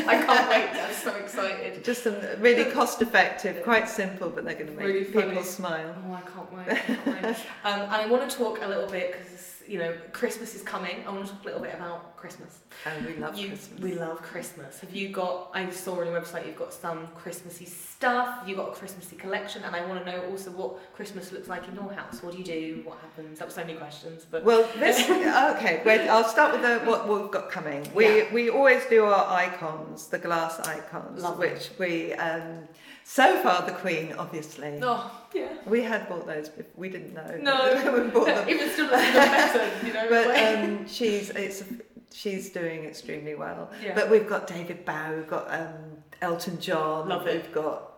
Speaker 1: I can't wait. I'm so excited.
Speaker 2: just some
Speaker 1: [laughs]
Speaker 2: really cost effective quite simple but they're gonna make
Speaker 1: Really funny.
Speaker 2: people smile
Speaker 1: Oh, I can't wait. I can't wait.
Speaker 2: [laughs]
Speaker 1: um, and I want to talk a little bit because you know Christmas is coming. I want to talk a little bit about Christmas.
Speaker 2: and we love
Speaker 1: You-
Speaker 2: Christmas
Speaker 1: We love Christmas. Have you got? I saw on your website you've got some Christmassy stuff. You got a Christmassy collection, and I want to know also what Christmas looks like in your house. What do you do? What happens? That was so many questions, but [laughs]
Speaker 2: Well, this okay. Wait, I'll start with the, what we've got coming. We we always do our icons, the glass icons,
Speaker 1: Lovely.
Speaker 2: which we um, so far the Queen, obviously.
Speaker 1: oh
Speaker 2: [laughs]
Speaker 1: yeah,
Speaker 2: We had bought those, but we didn't know.
Speaker 1: No.
Speaker 2: [laughs]
Speaker 1: [laughs]
Speaker 2: we bought them.
Speaker 1: even still looks even better, you know.
Speaker 2: But
Speaker 1: like-
Speaker 2: um, she's it's she's doing extremely well.
Speaker 1: [laughs] Yeah.
Speaker 2: But we've got David Bowie, we've got um, Elton John,
Speaker 1: Love it.
Speaker 2: we've got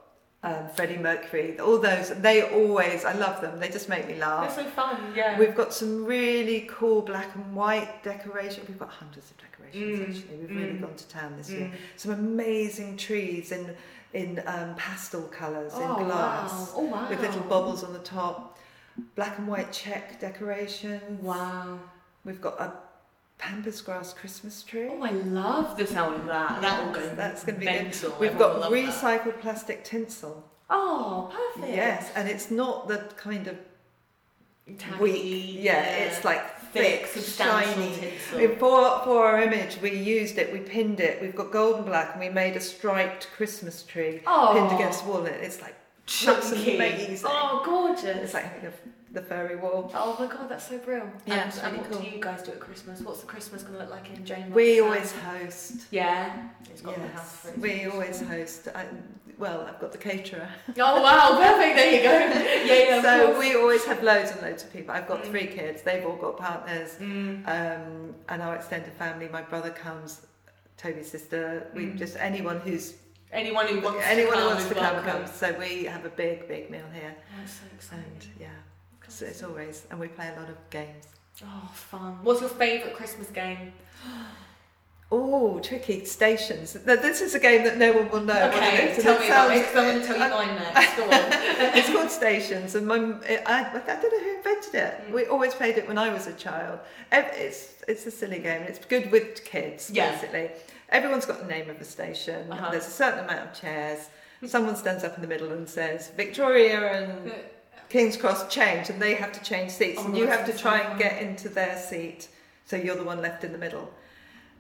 Speaker 2: um, Freddie Mercury. All those they always I love them. They just make me laugh.
Speaker 1: they're so fun. Yeah,
Speaker 2: We've got some really cool black and white decoration. We've got hundreds of decorations
Speaker 1: Mm,
Speaker 2: actually. We've really
Speaker 1: mm.
Speaker 2: gone to town this year.
Speaker 1: Mm.
Speaker 2: Some amazing trees in in um, pastel colours in glass
Speaker 1: Oh, Wow. Oh wow.
Speaker 2: with little bubbles on the top. Black and white check decorations.
Speaker 1: Wow.
Speaker 2: We've got a pampas grass Christmas tree.
Speaker 1: Oh, I love the sound of that. That will go.
Speaker 2: That's going to be good.
Speaker 1: mental.
Speaker 2: We've
Speaker 1: Everyone will love
Speaker 2: got
Speaker 1: that.
Speaker 2: recycled plastic tinsel.
Speaker 1: Oh, perfect.
Speaker 2: Yes, and it's not the kind of
Speaker 1: Tacky,
Speaker 2: weak. Yeah, it's like thick,
Speaker 1: substantial
Speaker 2: shiny,
Speaker 1: tinsel.
Speaker 2: We- For, for our image, we used it, we pinned it, we've got gold and black, and we made a striped Christmas tree
Speaker 1: oh,
Speaker 2: pinned against wall. and It's like, looks
Speaker 1: chunky.
Speaker 2: amazing.
Speaker 1: Oh, gorgeous.
Speaker 2: it's like having a, the fairy wall.
Speaker 1: Oh my god, that's so brilliant.
Speaker 2: Yeah,
Speaker 1: and,
Speaker 2: it's
Speaker 1: and
Speaker 2: really
Speaker 1: what
Speaker 2: cool.
Speaker 1: do you guys do at Christmas? What's the Christmas going to look like in Jane?
Speaker 2: We
Speaker 1: Roberts'
Speaker 2: always
Speaker 1: house?
Speaker 2: host.
Speaker 1: Yeah. It's got the house
Speaker 2: Yes,
Speaker 1: for it.
Speaker 2: we always host. I, well, I've got the caterer.
Speaker 1: Oh wow, perfect. There
Speaker 2: [laughs]
Speaker 1: you go. Yeah, yeah. of
Speaker 2: so
Speaker 1: course.
Speaker 2: we always have loads and loads of people. I've got
Speaker 1: Mm.
Speaker 2: three kids, they've all got partners,
Speaker 1: Mm.
Speaker 2: um, and our extended family. My brother comes, Toby's sister, we
Speaker 1: Mm.
Speaker 2: just anyone who's
Speaker 1: Anyone who wants
Speaker 2: anyone
Speaker 1: to
Speaker 2: who
Speaker 1: come
Speaker 2: wants
Speaker 1: is
Speaker 2: to come
Speaker 1: welcome.
Speaker 2: comes. So we have a big, big meal here.
Speaker 1: Oh, that's so exciting.
Speaker 2: And yeah, so it's always, and we play a lot of games.
Speaker 1: Oh, fun. What's your favourite Christmas game?
Speaker 2: Oh, tricky stations. Th- This is a game that no one will know. what Uh, it
Speaker 1: okay,
Speaker 2: is, and
Speaker 1: tell
Speaker 2: it
Speaker 1: me about it
Speaker 2: sounds-
Speaker 1: because I'm going to tell you
Speaker 2: [laughs]
Speaker 1: mine next. Go on.
Speaker 2: It's called Stations, and my, I, I don't know who invented it.
Speaker 1: Mm.
Speaker 2: We always played it when I was a child. Ev- It's it's a silly game. It's good with kids,
Speaker 1: Yeah.
Speaker 2: basically. Everyone's got the name of a station.
Speaker 1: Uh-huh.
Speaker 2: There's a certain amount of
Speaker 1: [laughs]
Speaker 2: chairs. Someone stands up in the middle and says Victoria and King's Cross change, and they have to change seats,
Speaker 1: Oh,
Speaker 2: and you
Speaker 1: that
Speaker 2: have to
Speaker 1: sounds
Speaker 2: try
Speaker 1: so
Speaker 2: and
Speaker 1: fun.
Speaker 2: get into their seat, so you're the one left in the middle.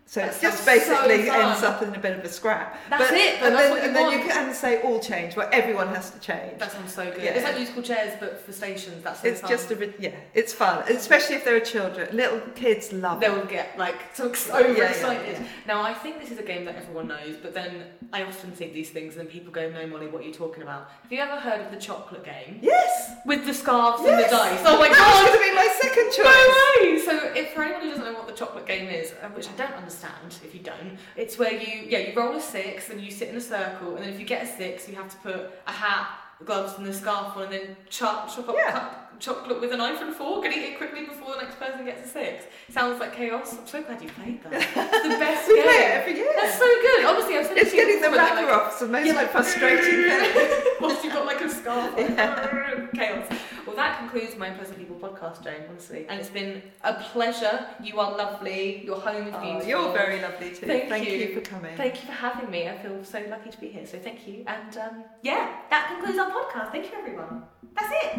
Speaker 2: So
Speaker 1: That
Speaker 2: it's just
Speaker 1: sounds so
Speaker 2: basically
Speaker 1: fun.
Speaker 2: ends up in a bit of a scrap.
Speaker 1: That's it, though,
Speaker 2: and
Speaker 1: that's
Speaker 2: then,
Speaker 1: what you
Speaker 2: and then
Speaker 1: want.
Speaker 2: you can say all change, where everyone has to change.
Speaker 1: That sounds so good.
Speaker 2: Yeah.
Speaker 1: It's like musical chairs, but for stations. That's so
Speaker 2: it's
Speaker 1: fun.
Speaker 2: just a bit, yeah, it's fun, especially if there are children. Little kids love
Speaker 1: They
Speaker 2: it.
Speaker 1: will get like [laughs] so ex-
Speaker 2: Yeah, yeah,
Speaker 1: overexcited.
Speaker 2: yeah.
Speaker 1: Now I think this is a game that everyone knows, but then I often think these things and people go, "No, Molly, what are you talking about?" Have you ever heard of the chocolate game
Speaker 2: Yes,
Speaker 1: with the scarves and the
Speaker 2: yes.
Speaker 1: dice? Oh my
Speaker 2: that was
Speaker 1: god!
Speaker 2: going to be my
Speaker 1: No
Speaker 2: second choice.
Speaker 1: way! So, if for anyone who doesn't know what the chocolate game is, uh, which I don't understand, if you don't, it's where you yeah you roll a six and you sit in a circle, and then if you get a six, you have to put a hat, gloves, and a scarf on, and then chop chop up
Speaker 2: Yeah.
Speaker 1: cup, chocolate with a knife and fork and eat it quickly before the next person gets a six. Sounds like chaos. I'm so glad you played that. It's the best
Speaker 2: [laughs] We
Speaker 1: game.
Speaker 2: play it every year.
Speaker 1: That's so good. Honestly, I've said it
Speaker 2: it's
Speaker 1: to you
Speaker 2: getting the
Speaker 1: before, they're like,
Speaker 2: wrapper off. It's the most
Speaker 1: Yeah,
Speaker 2: like,
Speaker 1: like,
Speaker 2: frustrating thing. [laughs]
Speaker 1: Whilst you've got like a scarf, like, chaos. Well, that concludes my Pleasant People podcast, Jane, honestly. And it's been a pleasure. You are lovely. Your home is
Speaker 2: Oh,
Speaker 1: beautiful.
Speaker 2: you're very lovely too.
Speaker 1: Thank
Speaker 2: you.
Speaker 1: you.
Speaker 2: for coming.
Speaker 1: Thank you for having me. I feel so lucky to be here. So thank you. And um, yeah, that concludes our podcast. Thank you, everyone. That's it.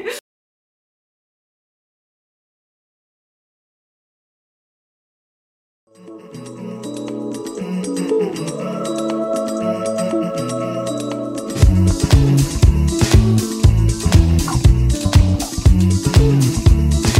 Speaker 1: [laughs] Brilliant.